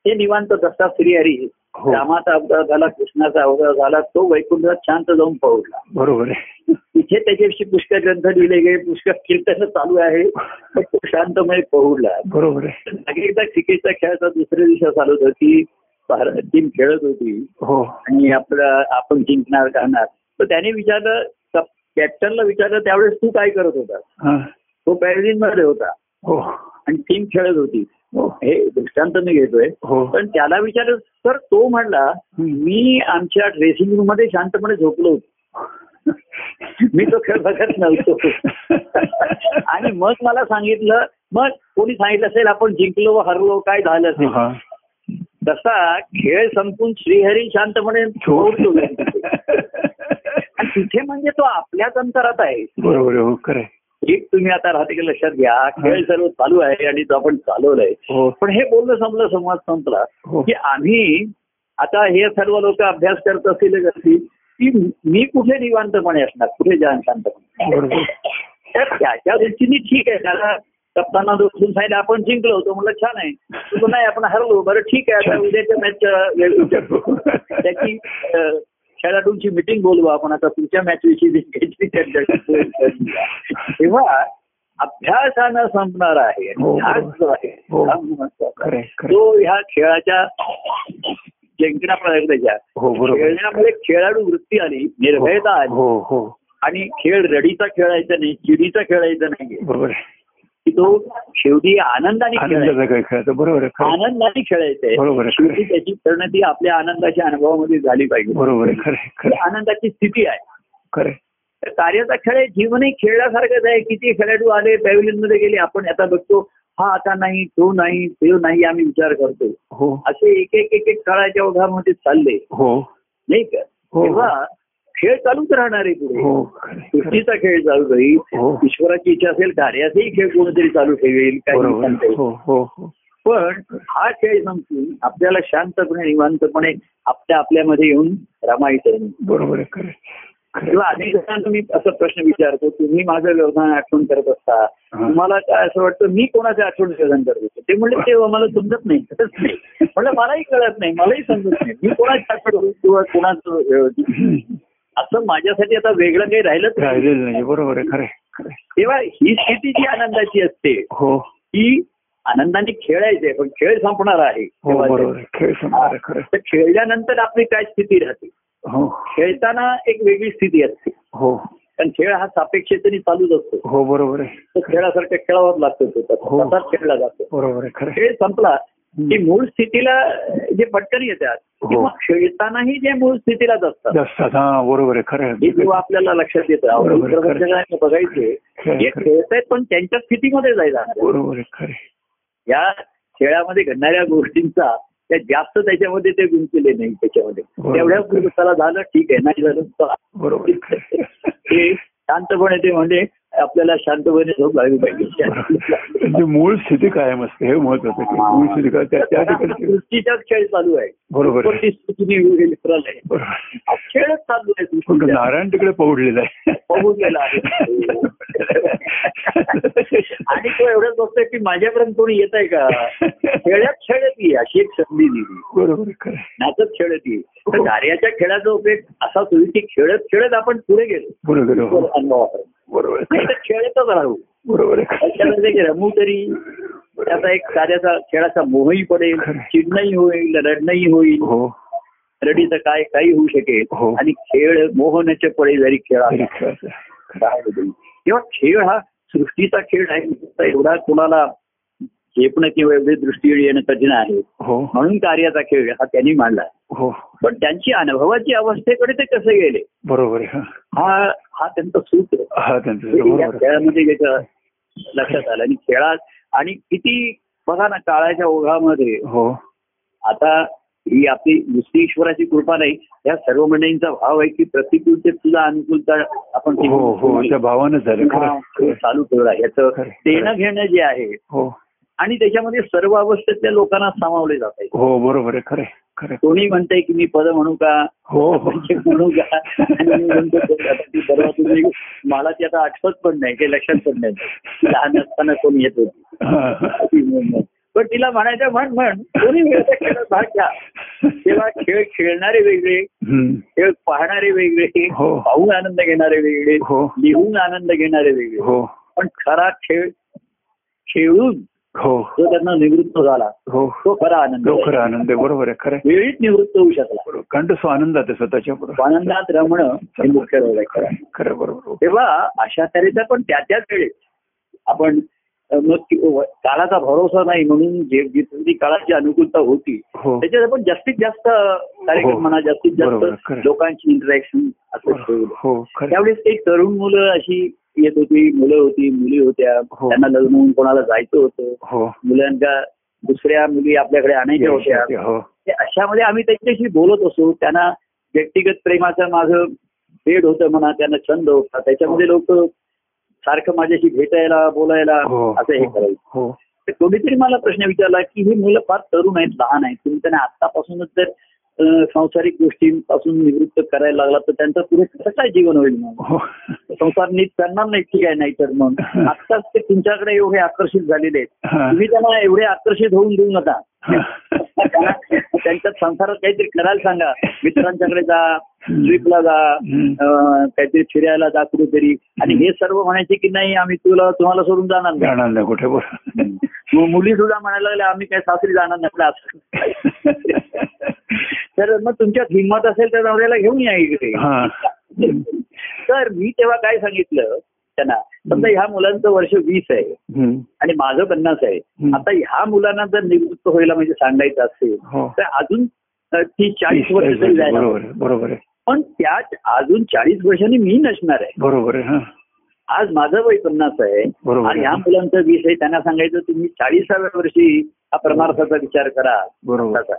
S1: ते निवांत दत्ता श्रीहरी
S2: हो.
S1: रामाचा अवतार झाला कृष्णाचा अवतार झाला तो वैकुंठात शांत जाऊन पळला
S2: बरोबर आहे
S1: तिथे त्याच्याविषयी पुष्कळ ग्रंथ लिहिले गेले पुष्कळ कीर्तन चालू आहे पण तो शांतमय पहुडला
S2: बरोबर आहे
S1: मागे एकदा क्रिकेटचा खेळाचा दुसऱ्या दिवसात आलो होतं की भारत टीम खेळत होती
S2: हो
S1: आणि आपला आपण जिंकणार करणार तर त्याने विचारलं कप- कॅप्टनला विचारलं त्यावेळेस तू काय करत होता
S2: हा
S1: तो पॅरेलिन मध्ये होता
S2: हो
S1: आणि टीम खेळत होती
S2: हो
S1: हे दृष्टांत मी घेतोय
S2: हो
S1: पण त्याला विचारलं तर तो म्हणला मी आमच्या ड्रेसिंग रूम मध्ये शांतपणे झोपलो होतो मी तो खेळ बघत नव्हतो आणि मग मला सांगितलं मग कोणी सांगितलं असेल आपण जिंकलो व हरलो काय झालं असेल
S2: हा
S1: तसा खेळ संपून श्रीहरी शांतपणे
S2: हो.
S1: झोपतो आणि तिथे म्हणजे तो आपल्याच अंतरात आहे
S2: बरोबर आहे, हो खरं आहे.
S1: एक तुम्ही आता राहते की लक्षात घ्या हा खेळ
S2: हा.
S1: सर्व चालू आहे आणि तो आपण चालवलाय
S2: हो
S1: पण हे बोलणं संपलं संवाद संपला
S2: हो
S1: की आम्ही आता हे सर्व लोक अभ्यास करत असतील असतील की मी कुठे निवांतपणे असणार कुठे जाण शांतपणे
S2: बरोबर.
S1: तर त्याच्या दृष्टीने ठीक आहे त्याला कप्ताना दोन सांगितलं आपण जिंकलो होतो म्हणलं छान आहे तो म्हणला, नाही आपण हरलो बरं ठीक आहे आता उद्याच्या मॅच त्याची अं, खेळाडूंची मिटिंग बोलवू आपण आता तुमच्या मॅच विषयी जी काही चर्चा करू. तेव्हा अभ्यासानं संपणार आहे
S2: हो,
S1: ध्यास जो आहे
S2: हो.
S1: हा महत्वाचा.
S2: खरंय खरंय
S1: तो ह्या खेळाच्या जिंकण्या प्रयत्नाच्या
S2: हो बरोबर
S1: खेळण्यामुळे खेळाडू वृत्ती आली निर्भयता आली
S2: हो हो
S1: आणि खेळ रडीचा खेळायचा नाही चिडीचा खेळायचा नाहीये
S2: बरोबर आहे.
S1: की तो शेवटी आनंदाने खेळायचा
S2: आनंदाचं काही खेळायचं बरोबर आहे खरं
S1: आनंदाने खेळायचंय
S2: हो. बरोबर आहे, खरं आहे.
S1: शेवटी त्याची परिणती आपल्या आनंदाच्या अनुभवामध्ये झाली पाहिजे
S2: बरोबर आहे खरं आहे, खरं
S1: ही
S2: आहे,
S1: आनंदाची स्थिती आहे
S2: खरं आहे.
S1: तर कार्याचा खेळ आहे, जीवनही खेळल्यासारखंच आहे किती खेळाडू आले पॅव्हिलियन मध्ये गेले आपण आता बघतो हा आता नाही तो नाही तो नाही आम्ही विचार करतो
S2: हो
S1: असे एक एक एक एक काळाच्या ओघामध्ये चालले
S2: हो
S1: नाही का
S2: हो.
S1: तेव्हा खेळ चालूच राहणार आहे पुढे
S2: हो खरं आहे, खरं आहे.
S1: सृष्टीचा खेळ चालू
S2: हो.
S1: राहील ईश्वराची इच्छा असेल कार्याचाही खेळ कोणीतरी चालू ठेवेल काही
S2: बरोबर
S1: सांगता
S2: आहे.
S1: येईल.
S2: हो हो हो
S1: पण हा खेळ संपून आपल्याला शांतपणे निवांतपणे आपल्या आपल्यामध्ये येऊन रमायचं
S2: बरोबर आहे खरं आहे, खरं
S1: किंवा अनेक जणांना मी असा प्रश्न विचारतो तुम्ही माझं व्यवधान आठवण करत असता
S2: हा.
S1: तुम्हाला काय असं वाटतं मी कोणाचं आठवण व्यवधान करत होतो ते म्हणले ते मला समजत नाही खरंच नाही म्हणलं मलाही कळत नाही मलाही समजत नाही मी कोणाची आठवण करू किंवा कोणाचं व्यवधान.
S2: आहे.
S1: असं माझ्यासाठी आता वेगळं काही राहिलंच नाही
S2: राहिलेलं नाही बरोबर आहे खरं आहे, खरं आहे.
S1: तेव्हा ही स्थिती जी आनंदाची असते
S2: हो
S1: ही आनंदाने खेळायचे पण खेळ संपणार आहे
S2: हो
S1: तेव्हा
S2: बरोबर आहे खेळ संपणार आहे, खरं आहे.
S1: तर खेळल्यानंतर आपली काय स्थिती राहते
S2: हो
S1: खेळताना एक वेगळी स्थिती असते
S2: हो
S1: कारण खेळ हा सापेक्षतेने चालूच असतो
S2: हो बरोबर आहे
S1: तो खेळासारखा खेळावाच लागतो तो
S2: हो.
S1: तसाच खेळला जातो
S2: बरोबर आहे खरं आहे.
S1: खेळ संपला की
S2: हम्म.
S1: मूळ स्थितीला जे पटकन येतात
S2: हो.
S1: किंवा खेळतानाही जे मूळ स्थितीलाच असतात
S2: जास्त हा बरोबर आहे खरं
S1: हे
S2: आहे.
S1: जेव्हा आपल्याला लक्षात येतं
S2: बरोबर,
S1: अवधूत
S2: खरं.
S1: प्रदर्शकांना बघायचे
S2: खरं,
S1: जे
S2: खरं. हो.
S1: खेळतायत पण त्यांच्या स्थितीमध्ये जायला हवं.
S2: बरोबर आहे खरं आहे.
S1: या खेळामध्ये घडणाऱ्या गोष्टींचा त्या जास्त त्याच्यामध्ये ते गुंतलेले नाही त्याच्यामध्ये
S2: बरोबर.
S1: तेवढ्या पुरतं त्याला झालं ठीक आहे नाही झालं चला.
S2: बरोबर आहे, खरं आहे.
S1: ते शांतपणे ते म्हणजे आपल्याला शांतपणे झोप लागली पाहिजे
S2: म्हणजे मूळ स्थिती कायम असते हे महत्वाचं आहे की मूळ स्थिती काय त्या त्या ठिकाणी
S1: सृष्टीचाच खेळ चालू आहे
S2: बरोबर आहे.
S1: कोणती सृष्टी वेगळी लेकराला आहे.
S2: बरोबर आहे.
S1: हा खेळच चालू आहे
S2: पण तो
S1: सृष्टीचा.
S2: नारायण तिकडे पौडलेला आहे
S1: पहुडलेला आहे. आणि तो एवढंच बघतोय की माझ्यापर्यंत कोणी येत आहे का खेळात खेळत ये अशी एक संधी दिली
S2: बरोबर आहे, खरं आहे.
S1: नाचत खेळत ये
S2: हो.
S1: तर कार्याच्या खेळाचा उपयोग असाच होईल की खेळत खेळत आपण पुढे गेलो
S2: बरोबर आहे, हो.
S1: अनुभवाकडे
S2: बरोबर आहे,
S1: नाही
S2: खरं
S1: तर
S2: आहे.
S1: खेळतच राहू
S2: बरोबर आहे, खरं आहे.
S1: त्याच्यानंतर जे रमू तरी त्याचा एक कार्याचा खेळाचा मोहही पडेल
S2: खरं.
S1: चिडणंही होईल रडणंही होईल
S2: हो
S1: रडीचं काय काही होऊ
S2: हो.
S1: शकेल आणि खेळ मोहनच्या पडे जरी खेळा
S2: तरी खेळाचं आहे.
S1: तेव्हा खेळ हा सृष्टीचा खेळ आहे नुसता एवढा कोणाला झेपणं किंवा एवढी दृष्टी येणं कठीण आहे
S2: हो
S1: म्हणून कार्याचा खेळ हा त्यांनी मांडला
S2: हो
S1: पण त्यांची अनुभवाची अवस्थेकडे ते कसे गेले
S2: बरोबर आहे हा.
S1: हा हा त्यांचा सूत्र
S2: हा त्यांचं
S1: हे
S2: बरोबर
S1: या
S2: आहे.
S1: खेळामध्ये याचं लक्षात आलं आणि खेळात आणि किती बघा ना काळाच्या ओघामध्ये
S2: हो
S1: आता ही आपली नुसती ईश्वराची कृपा नाही या सर्व मंडळींचा भाव आहे की प्रतिकूलतेत सुद्धा अनुकूलता आपण
S2: हो हो त्या भावानं झालं खरं
S1: हा,
S2: आहे, खरं आहे.
S1: चालू ठेवला याचं
S2: खरं.
S1: देणं घेणं जे आहे
S2: हो
S1: आणि त्याच्यामध्ये सर्व अवस्थेतल्या लोकांना सामावले जात आहे
S2: हो बरोबर आहे खरं आहे, खरं आहे.
S1: कोणी म्हणतंय की मी पद म्हणू का
S2: हो हो
S1: म्हणजे म्हणू का आणि मी म्हणतो की आता ती परवा तुम्ही मला ती आता आठवत पण नाही काही लक्षात पण नाही लहान असताना कोणी येत होती
S2: हा.
S1: ती म्हणून. पण तिला म्हणायचं म्हण म्हण कोणी वेळेचा खेळात भाग घ्या तेव्हा खेळ खेळणारे वेगळे
S2: हम्म.
S1: खेळ पाहणारे वेगळे
S2: हो.
S1: पाहून आनंद घेणारे वेगळे
S2: हो.
S1: लिहून आनंद घेणारे वेगळे
S2: हो
S1: पण खरा खेळ खेळून
S2: हो
S1: जो त्यांना निवृत्त झाला
S2: हो
S1: तो खरा आनंद
S2: तो
S1: आहे.
S2: खरं आनंद आहे बरोबर आहे खरं आहे.
S1: वेळीच निवृत्त होऊ शकला
S2: बरोबर. कारण तो आनंद आहे स्वतःच्या बरोबर
S1: आनंदात रमणं हे मुख्य रोग आहे खरा
S2: खरं बरोबर
S1: तेव्हा अशा तऱ्हेचा पण त्या त्याच वेळेत आपण अ, मग ती- व- काळाचा भरोसा नाही म्हणून जे जिथून ती काळाची अनुकूलता होती
S2: हो
S1: त्याच्यात आपण जास्तीत जास्त कार्यक्रम
S2: हो.
S1: म्हणा जास्तीत
S2: बरोबर,
S1: जास्त
S2: खरं.
S1: लोकांची इंटरॅक्शन असं ठेवलं.
S2: हो खरं
S1: त्यावेळेस काही तरुण मुलं अशी येत होती मुलं होती मुली होत्या
S2: हो.
S1: त्यांना लग्न होऊन कोणाला जायचं होतं
S2: हो
S1: मुलांना दुसऱ्या मुली आपल्याकडे आणायच्या होत्या
S2: हो
S1: ते अशामध्ये आम्ही त्यांच्याशी बोलत असू त्यांना व्यक्तिगत प्रेमाचं माझं भेट होतं म्हणा त्यांना छंद होता त्याच्यामध्ये लोक सारखं माझ्याशी भेटायला बोलायला
S2: हो
S1: असं हे
S2: हो
S1: करायचं
S2: हो
S1: तर कोणीतरी मला प्रश्न विचारला की ही मुलं फार तरुण आहेत लहान आहेत तुम्ही त्यांना आतापासूनच जर अं, सांसारिक गोष्टींपासून निवृत्त करायला लागला तर त्यांचं पुढे कसं काय जीवन होईल मग
S2: हो
S1: संसार नीट करणार नाही ठीक आहे नाही तर मग आत्ताच ते तुमच्याकडे एवढे आकर्षित झालेले आहेत
S2: हा.
S1: तुम्ही त्यांना एवढे आकर्षित होऊन देऊ नका
S2: हा.
S1: त्यांना- त्यांच्या संसारात काहीतरी करायला सांगा मित्रांच्याकडे जा ट्रिपला जा
S2: हम्म.
S1: अं, काहीतरी फिरायला जा कुठेतरी आणि हे सर्व म्हणायचे की नाही आम्ही तुला तुम्हाला सोडून जाणार नाही
S2: जाणार नाही कुठे पण
S1: मग मुली सुद्धा म्हणायला लागल्या आम्ही काय सासरी जाणार नाही आपलं असं. तर मग तुमच्यात हिंमत असेल तर नवऱ्याला घेऊन या इकडे
S2: हा
S1: तर मी तेव्हा काय सांगितलं त्यांना समजा ह्या मुलांचं वर्ष वीस आहे
S2: हम्म.
S1: आणि माझं पन्नास आहे
S2: हम्म.
S1: आता ह्या मुलांना जर निवृत्त व्हायला म्हणजे सांगायचं असेल
S2: हो
S1: तर अजून अ, ती चाळीस वर्ष तरी जायला
S2: बरोबर आहे बरोबर आहे
S1: पण त्या अजून चाळीस वर्षांनी मी नसणार आहे
S2: बरोबर आहे हा
S1: आज माझं वय पन्नास आहे
S2: बरोबर
S1: आणि
S2: आहे.
S1: ह्या मुलांचं वीस आहे त्यांना सांगायचं तुम्ही चाळीसाव्या वर्षी हा परमार्थाचा विचार करा
S2: बरोबर
S1: तसा.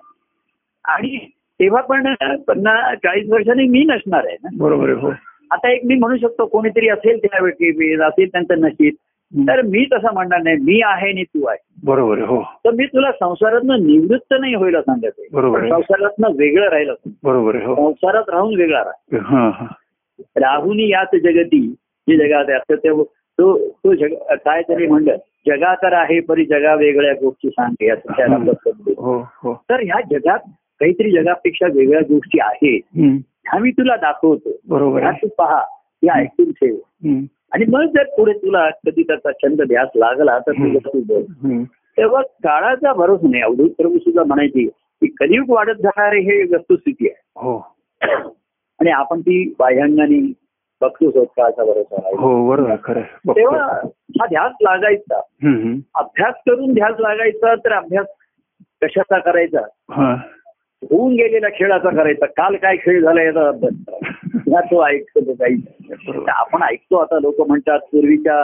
S1: आणि तेव्हा पण पन्नास चाळीस वर्षांनी मी नसणार आहे ना
S2: बरोबर आहे हो
S1: आता एक मी म्हणू शकतो कोणीतरी असेल त्यावेळी की असेल त्यांचं नशीब तर मी तसं म्हणणार नाही मी आहे आणि तू आहे
S2: बरोबर आहे हो
S1: तर मी तुला संसारातनं निवृत्त नाही व्हायला सांगत आहे
S2: बरोबर आहे.
S1: पण संसारातनं वेगळं राहिलं
S2: बरोबर आहे हो
S1: संसारात राहून वेगळा राहा
S2: हा हा
S1: राहूनी याच जगती जे जगात आहे तर ते- तो तो जग काय तरी म्हणलं जगातर आहे परी जगा वेगळ्या गोष्टी सांगते असं त्या
S2: हम्म.
S1: रामात म्हणलं.
S2: हो हो
S1: तर ह्या जगात काहीतरी जगापेक्षा वेगळ्या गोष्टी आहेत
S2: हम्म.
S1: ह्या मी तुला दाखवतो
S2: बरोबर
S1: ह्या
S2: आहे
S1: तू पहा या ऐकून ठेव
S2: हम्म.
S1: आणि मग जर पुढे तुला कधी त्याचा छंद ध्यास लागला तर तुझं तू बोल
S2: हम्म.
S1: तेव्हा काळाचा भरोस नाही अवधूत प्रभू सुद्धा म्हणायची की कलियुग वाढत जाणारे हे वस्तुस्थिती
S2: हो
S1: आहे आणि आपण ती बाह्यांनी बघतोच आहोत काळाचा भरोसा नाही
S2: हो बरोबर आहे, खरं आहे. बघतो.
S1: तेव्हा हा ध्यास लागायचा
S2: हम्म, हम्म.
S1: अभ्यास करून ध्यास लागायचा तर अभ्यास कशाचा करायचा
S2: हा.
S1: होऊन गेलेल्या खेळाचा करायचा काल काय खेळ झाला याचा अभ्यास करायचा. ह्या तो ऐकतो काही तर
S2: बरोबर.
S1: आपण ऐकतो आता लोक म्हणतात पूर्वीच्या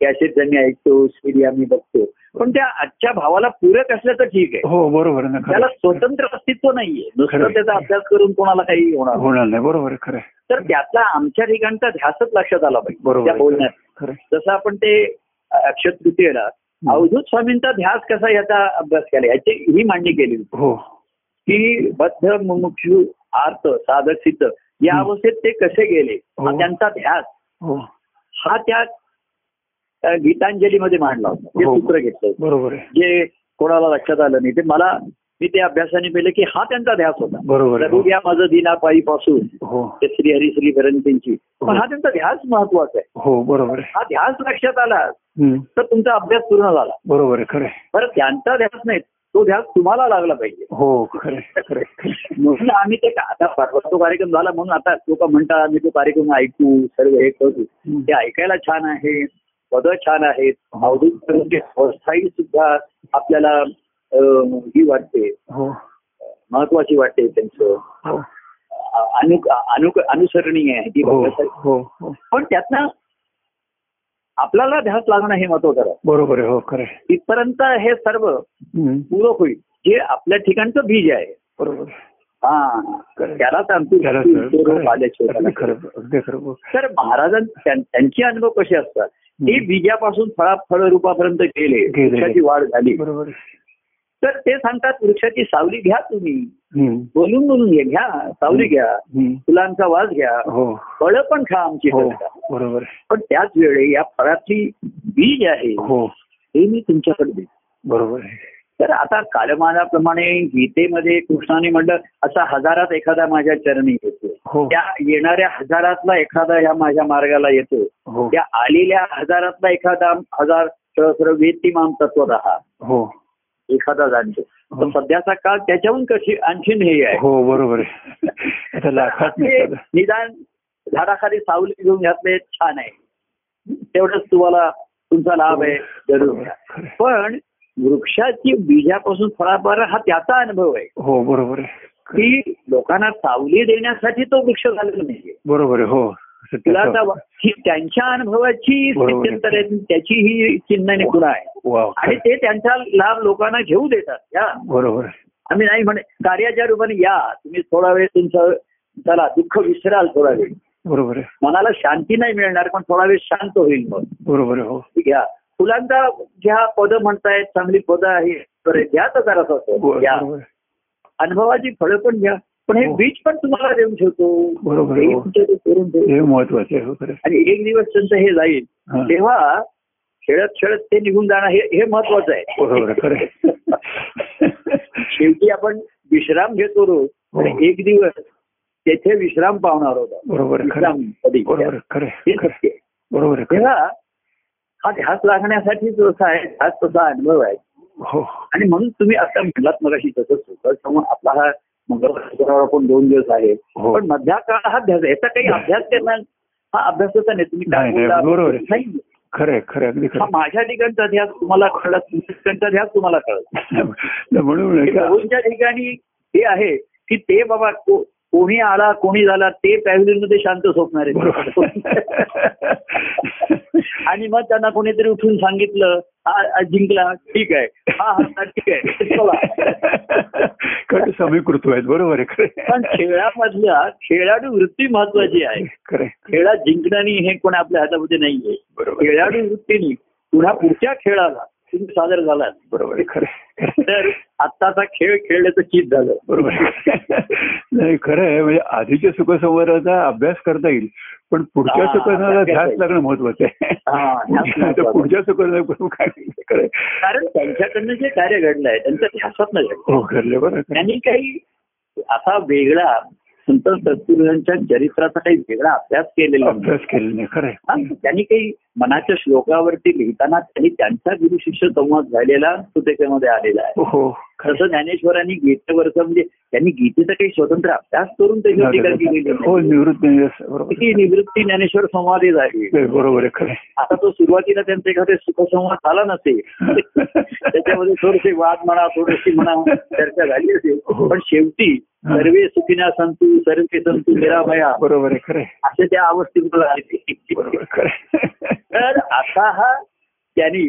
S1: कॅसेट आम्ही ऐकतो सीडी आम्ही बघतो पण त्या आजच्या भावाला पूरक असलं तर ठीक आहे
S2: हो बरोबर आहे ना खरं
S1: त्याला
S2: आहे.
S1: स्वतंत्र अस्तित्व नाहीये
S2: खरं
S1: नुसतं
S2: आहे.
S1: त्याचा अभ्यास करून कोणाला काही होणार नाही.
S2: होणार नाही बरोबर आहे, खरं आहे.
S1: तर त्यातला आमच्या ठिकाणचा ध्यासच लक्षात आला पाहिजे
S2: बरोबर
S1: त्या
S2: आहे, खरं
S1: बोलण्यात
S2: आहे. खरं आहे.
S1: जसं आपण ते अक्षय तृतीयेला अवधूत स्वामींचा ध्यास कसा याचा अभ्यास केला याची ही मांडणी केली होती
S2: हो
S1: की बद्ध मुमुक्षु आर्त साधक सिद्ध या
S2: हम्म.
S1: अवस्थेत ते कसे गेले हा
S2: हो.
S1: त्यांचा ध्यास
S2: हो
S1: हा त्या अ, गीतांजलीमध्ये मांडला होता ते
S2: हो.
S1: सूत्र घेतलं होतं.
S2: बरोबर आहे
S1: जे कोणाला लक्षात आलं नाही ते मला मी ते अभ्यासाने पाहिलं की हा त्यांचा ध्यास होता
S2: बरोबर आहे
S1: प्रभू या माझं दिना पासून
S2: हो
S1: ते श्री हरी श्री पर्यंतची
S2: हो.
S1: पण हा त्यांचा ध्यास महत्वाचा आहे
S2: हो बरोबर आहे
S1: हा ध्यास लक्षात आला
S2: हम्म.
S1: तर तुमचा अभ्यास पूर्ण झाला
S2: बरोबर आहे खरं आहे.
S1: बरं त्यांचा ध्यास नाही तो ध्यास तुम्हाला लागला पाहिजे
S2: हो खरं आहे, खरं आहे.
S1: म्हणून आम्ही ते का- आता परवा तो कार्यक्रम झाला म्हणून आता लोक म्हणतात आम्ही तो कार्यक्रम ऐकू सर्व हे करू
S2: हम्म.
S1: ते म्हणजे ऐकायला छान आहे पद छान आहेत अवधूत प्रभूंची अवस्थाही सुद्धा आपल्याला अं, ही वाटते
S2: हो
S1: महत्वाची वाटते त्यांचं
S2: हो
S1: अ- अनुक अनुक- अनुसरणीय आहे ती
S2: हो
S1: बघण्यासाठी.
S2: हो हो
S1: पण त्यातनं आपल्याला ध्यास लागणं हे महत्वाचं आहे
S2: बरोबर आहे हो खरं आहे.
S1: तिथपर्यंत हे सर्व
S2: हम्म.
S1: पूरक होईल जे आपल्या ठिकाणचं बीज आहे
S2: बरोबर आहे.
S1: हा
S2: खरं.
S1: त्यालाच आमची
S2: खरं
S1: भक्ती
S2: आहे,
S1: उद्योग
S2: खरं आहे.
S1: आले शोधाला.
S2: अगदी खरं अगदी खरं बोल.
S1: तर महाराजां त्यां- त्यांचे अनुभव कसे असतात ते
S2: हम्म.
S1: बीजापासून फळा फळ रूपापर्यंत गेले
S2: गेले.
S1: वृक्षाची वाढ झाली
S2: बरोबर आहे.
S1: तर ते सांगतात वृक्षाची सावली घ्या तुम्ही
S2: हम्म.
S1: बोलून बोलून घ्या घ्या सावली घ्या
S2: हम्म.
S1: फुलांचा वास घ्या
S2: हो
S1: फळं पण खा आमची
S2: हो
S1: करता.
S2: बरोबर आहे.
S1: पण त्याच वेळी या फळाची बीज आहे
S2: हो
S1: हे मी तुमच्याकडे देतो
S2: बरोबर आहे
S1: तर आता कालमानाप्रमाणे गीतेमध्ये कृष्णाने म्हणलं असा हजारात एखादा माझ्या चरणी येतो
S2: हो
S1: त्या येणाऱ्या हजारातला एखादा ह्या माझ्या मार्गाला येतो
S2: हो
S1: त्या आलेल्या हजारातला एखादा हजार सहस्र वेतिमाम तत्वत
S2: हो
S1: एखादा जाणतो तर
S2: हो.
S1: सध्याचा काळ त्याच्याहून कशी आणखीन हे आहे
S2: हो बरोबर आहे आता लाखात
S1: ते निदान झाडाखाली सावली घेऊन घातले छान आहे तेवढंच तुम्हाला तुमचा लाभ आहे जरूर घ्या.
S2: हो
S1: पण वृक्षाची बीजापासून फळापर्यंत हा त्याचा अनुभव आहे
S2: हो, बरोबर आहे
S1: की लोकांना सावली देण्यासाठी तो वृक्ष झालेला नाहीये
S2: बरोबर आहे हो
S1: तुला आता
S2: सत्याचं-
S1: वा- ही त्यांच्या अनुभवाची
S2: बरोबर आहे.
S1: स्थित्यंतर आहेत. त्याची ही चिन्ह गुण आहे
S2: वाव
S1: आणि ते त्यांचा लाभ लोकांना घेऊ देतात या
S2: बरोबर आहे.
S1: आम्ही नाही म्हणे कार्याच्या रूपाने या तुम्ही थोडा वेळ तुमचं चला दुःख विसराल थोडा वेळ
S2: बरोबर आहे
S1: मनाला शांती नाही मिळणार पण थोडा वेळ शांत होईल मग
S2: बरोबर आहे हो
S1: घ्या फुलांचा घ्या पद म्हणतायत चांगली पद आहे तर घ्या तर जरा असं घ्या
S2: हो, बरोबर आहे.
S1: अनुभवाची फळं पण घ्या पण हे
S2: हो.
S1: बीज पण तुम्हाला देऊन ठेवतो
S2: बरोबर
S1: हे
S2: हो.
S1: तुमच्या ते करून ठेवतो
S2: हे महत्वाचं आहे हो खरं आहे.
S1: आणि एक दिवस त्यांचं हे जाईल
S2: हा.
S1: तेव्हा खेळत खेळत ते निघून जाणं हे हे महत्वाचं
S2: बरोबर आहे
S1: आहे
S2: हो, खरं आहे.
S1: शेवटी आपण विश्राम घेतो रोज
S2: हो.
S1: आणि एक दिवस तेथे विश्राम पावणार होता
S2: बरोबर आहे, खरं
S1: विश्राम
S2: आहे.
S1: कधी
S2: बरोबर आहे, खरं आहे,
S1: हे
S2: खरं आहे.
S1: सत्य आहे.
S2: बरोबर आहे, खरं आहे.
S1: तेव्हा हा ध्यास लागण्यासाठी जसा आहे ध्यास तसा अनुभव आहे
S2: हो
S1: आणि म्हणून तुम्ही आता म्हणालात मगाशी तसंच होतं त्यामुळे आपला हा मंगळवार शुक्रवार आपण दोन दिवस आहे
S2: हो.
S1: पण मधल्या काळ हा अभ्यास आहे. याचा काही अभ्यास करणार हा अभ्यासाचा नाही तुम्ही काय
S2: नाही, नाही,
S1: बोलला,
S2: बरोबर आहे.
S1: नाही.
S2: खरं आहे, खरं आहे, अगदी
S1: हा
S2: खरं
S1: माझ्या ठिकाणचा ध्यास तुम्हाला कळला तुमच्या ठिकाणचा ध्यास तुम्हाला कळला
S2: आहे. तर म्हणून
S1: हे प्रभूंच्या ठिकाणी हे आहे की ते बाबा को- कोणी आला कोणी झाला ते पॅव्हिलियन मध्ये शांत झोपणार
S2: बरोबर.
S1: आहे आणि मग त्यांना कोणीतरी उठून सांगितलं हा हा जिंकला ठीक आहे हा हा ठीक आहे चला
S2: खरं समीकृत आहेत बरोबर आहे
S1: पण
S2: खरं आहे.
S1: खेळामधल्या खेळाडू वृत्ती महत्वाची आहे
S2: खरं आहे.
S1: खेळात जिंकण्याने हे कोण आपल्या हातामध्ये नाहीये
S2: बरोबर आहे.
S1: खेळाडू वृत्तीने पुन्हा पुढच्या खेळाला तुम्ही सादर झालात
S2: बरोबर आहे, खरं आहे.
S1: तर आत्ताचा खेळ खेळल्याचं चित झालं
S2: बरोबर आहे. नाही खरं आहे म्हणजे आधीच्या सुखसंवादाचा अभ्यास करता येईल पण पुढच्या
S1: हा,
S2: सुखसंवादाला
S1: अभ्यास
S2: ध्यास
S1: करता
S2: लागणं महत्वाचं आहे
S1: हा, ध्यास
S2: पुढच्या- तर
S1: महत्वाचं.
S2: पुढच्या सुखसंवाद करून काय नाही, खरं आहे.
S1: कारण त्यांच्याकडनं जे कार्य घडलं आहे त्यांचं ध्यासात घडलं
S2: हो घडले बरं आहे, खरं आहे.
S1: त्यांनी काही असा वेगळा संत सत्पुरुषांच्या चरित्राचा काही वेगळा अभ्यास केलेला नाही.
S2: अभ्यास केलेला नाही खरं
S1: हा,
S2: आहे.
S1: त्यांनी काही मनाच्या श्लोकावरती लिहिताना त्यांनी त्यांचा गुरु शिष्य संवाद झालेला तो त्याच्यामध्ये आलेला आहे
S2: हो खरं
S1: तसं ज्ञानेश्वरांनी गीतेवरचं म्हणजे त्यांनी गीतेचा काही स्वतंत्र अभ्यास करून त्याची टीका केलेली
S2: आहे. हो हो.
S1: नाही.
S2: निवृत्त निवृत्त- बरोबर
S1: ती निवृत्ती ज्ञानेश्वर संवाद झाली
S2: आहे. बरोबर आहे खरं आहे.
S1: आता तो सुरुवातीला त्यांचा एखादा सुखसंवाद झाला नसेल
S2: हो.
S1: त्याच्यामध्ये थोडेसे वाद म्हणा थोडीशी म्हणा चर्चा झाली असेल
S2: हो.
S1: पण शेवटी
S2: हा.
S1: सर्वे सुखिना संतू सर्वे संतू निराभया
S2: बरोबर आहे खरं आहे.
S1: असे त्या अवस्थेमध्ये आले
S2: बरोबर आहे, खरं आहे.
S1: तर असा हा त्यांनी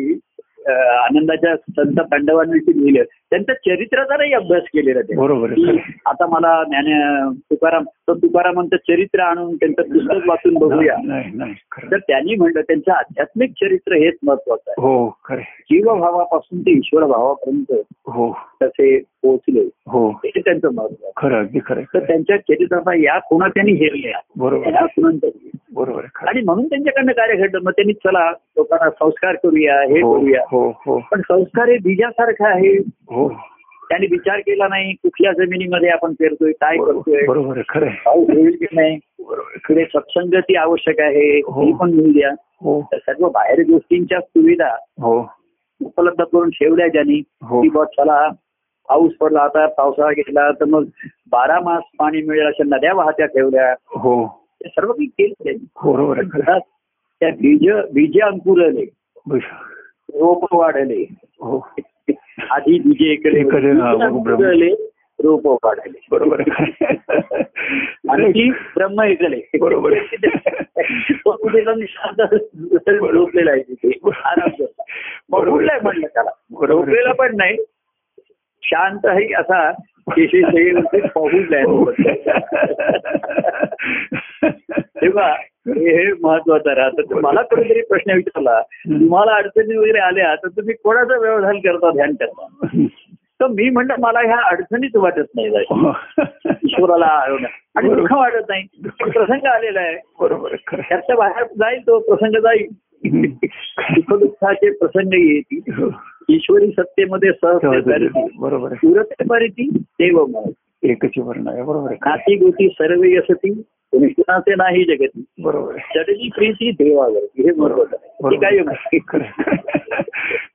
S1: अं, आनंदाच्या संत पांडवांविषयी लिहिलं त्यांच्या चरित्राचाही अभ्यास केलेला त्यांनी.
S2: बरोबर आहे,
S1: की
S2: खरं आहे.
S1: आता मला ज्ञान तुकाराम तर तुकारामांचं चरित्र आणून त्यांचं पुस्तक वाचून बघूया
S2: नाही नाही खरं
S1: तर
S2: आहे.
S1: त्यांनी म्हणलं त्यांचं आध्यात्मिक चरित्र हेच महत्वाचं आहे
S2: हो खरं आहे.
S1: जीवभावापासून ते ईश्वर भावापर्यंत
S2: हो
S1: कसे पोहोचले
S2: हो
S1: हे त्यांचं महत्व आहे
S2: खरं अगदी खरं आहे, खरं
S1: तर
S2: आहे.
S1: त्यांच्या चरित्राचा या खुणा त्यांनी हेरल्या
S2: बरोबर
S1: या
S2: आहे.
S1: खुणांतरी
S2: बरोबर आहे खरं आहे.
S1: आणि म्हणून त्यांच्याकडनं कार्य घडलं मग त्यांनी चला लोकांना संस्कार करूया हे
S2: हो
S1: करूया
S2: हो हो
S1: पण संस्कार हे बीजासारखं आहे
S2: हो
S1: त्यांनी विचार केला नाही कुठल्या जमिनीमध्ये आपण पेरतोय काय करतोय
S2: बरोबर आहे खरं आहे.
S1: पाऊस होईल की नाही
S2: बरोबर आहे, खरं
S1: इकडे सत्संगती आवश्यक आहे
S2: हो.
S1: ही पण मिळू द्या
S2: आहे. हो
S1: तर सर्व बाहेर गोष्टींच्या सुविधा
S2: हो
S1: उपलब्ध करून ठेवल्या ज्यांनी
S2: हो.
S1: की बॉ चला पाऊस पडला आता पावसाळा घेतला तर मग बारा मास पाणी मिळेल अशा नद्या वाहत्या ठेवल्या
S2: हो
S1: ते सर्व काही केलं त्यांनी
S2: बरोबर आहे
S1: पण
S2: खरं आहे.
S1: घरात त्या बीज बीज अंकुरले रोप वाढले
S2: हो
S1: आधी बीजे इकडे
S2: इकडे ना,
S1: बीज अंकुरले रोप वाढले
S2: बरोबर आहे, खरं
S1: आणि
S2: आहे.
S1: ती ब्रह्म इकडे
S2: बरोबर
S1: तो कुठे जाऊन शांत झोपलेला आहे तिथे आराम करतो. मग उठलाय म्हणलं त्याला
S2: बरोबर आहे.
S1: झोपलेला पण नाही शांत आहे असा केशी
S2: हो.
S1: पोहोचलाय तेव्हा हे हे महत्वाचं राहतं तर मला कोणीतरी प्रश्न विचारला तुम्हाला अडचणी वगैरे आल्या तर तुम्ही कोणाचा व्यवधान करता ध्यान करता तर मी म्हणलं मला ह्या अडचणीच वाटत नाही जायची. ईश्वराला आळवणं आणि दुःख वाटत नाही पण प्रसंग आलेला आहे
S2: बरोबर आहे, खरं आहे.
S1: त्याच्या बाहेर जाईल तो प्रसंग जाईल
S2: हम्म.
S1: दुःखदुःखाचे प्रसंग येतील
S2: हो.
S1: ईश्वरी सत्तेमध्ये सहज
S2: बरोबर आहे
S1: सुरत परिती देव मग
S2: एकची वर्ण आहे बरोबर आहे खरं आहे.
S1: नाती गोती सर्व असती कुणाचे नाही जगती
S2: बरोबर आहे
S1: जडली प्रीती देवावर हे महत्वाचं आहे ते काय नाही.
S2: खरं आहे.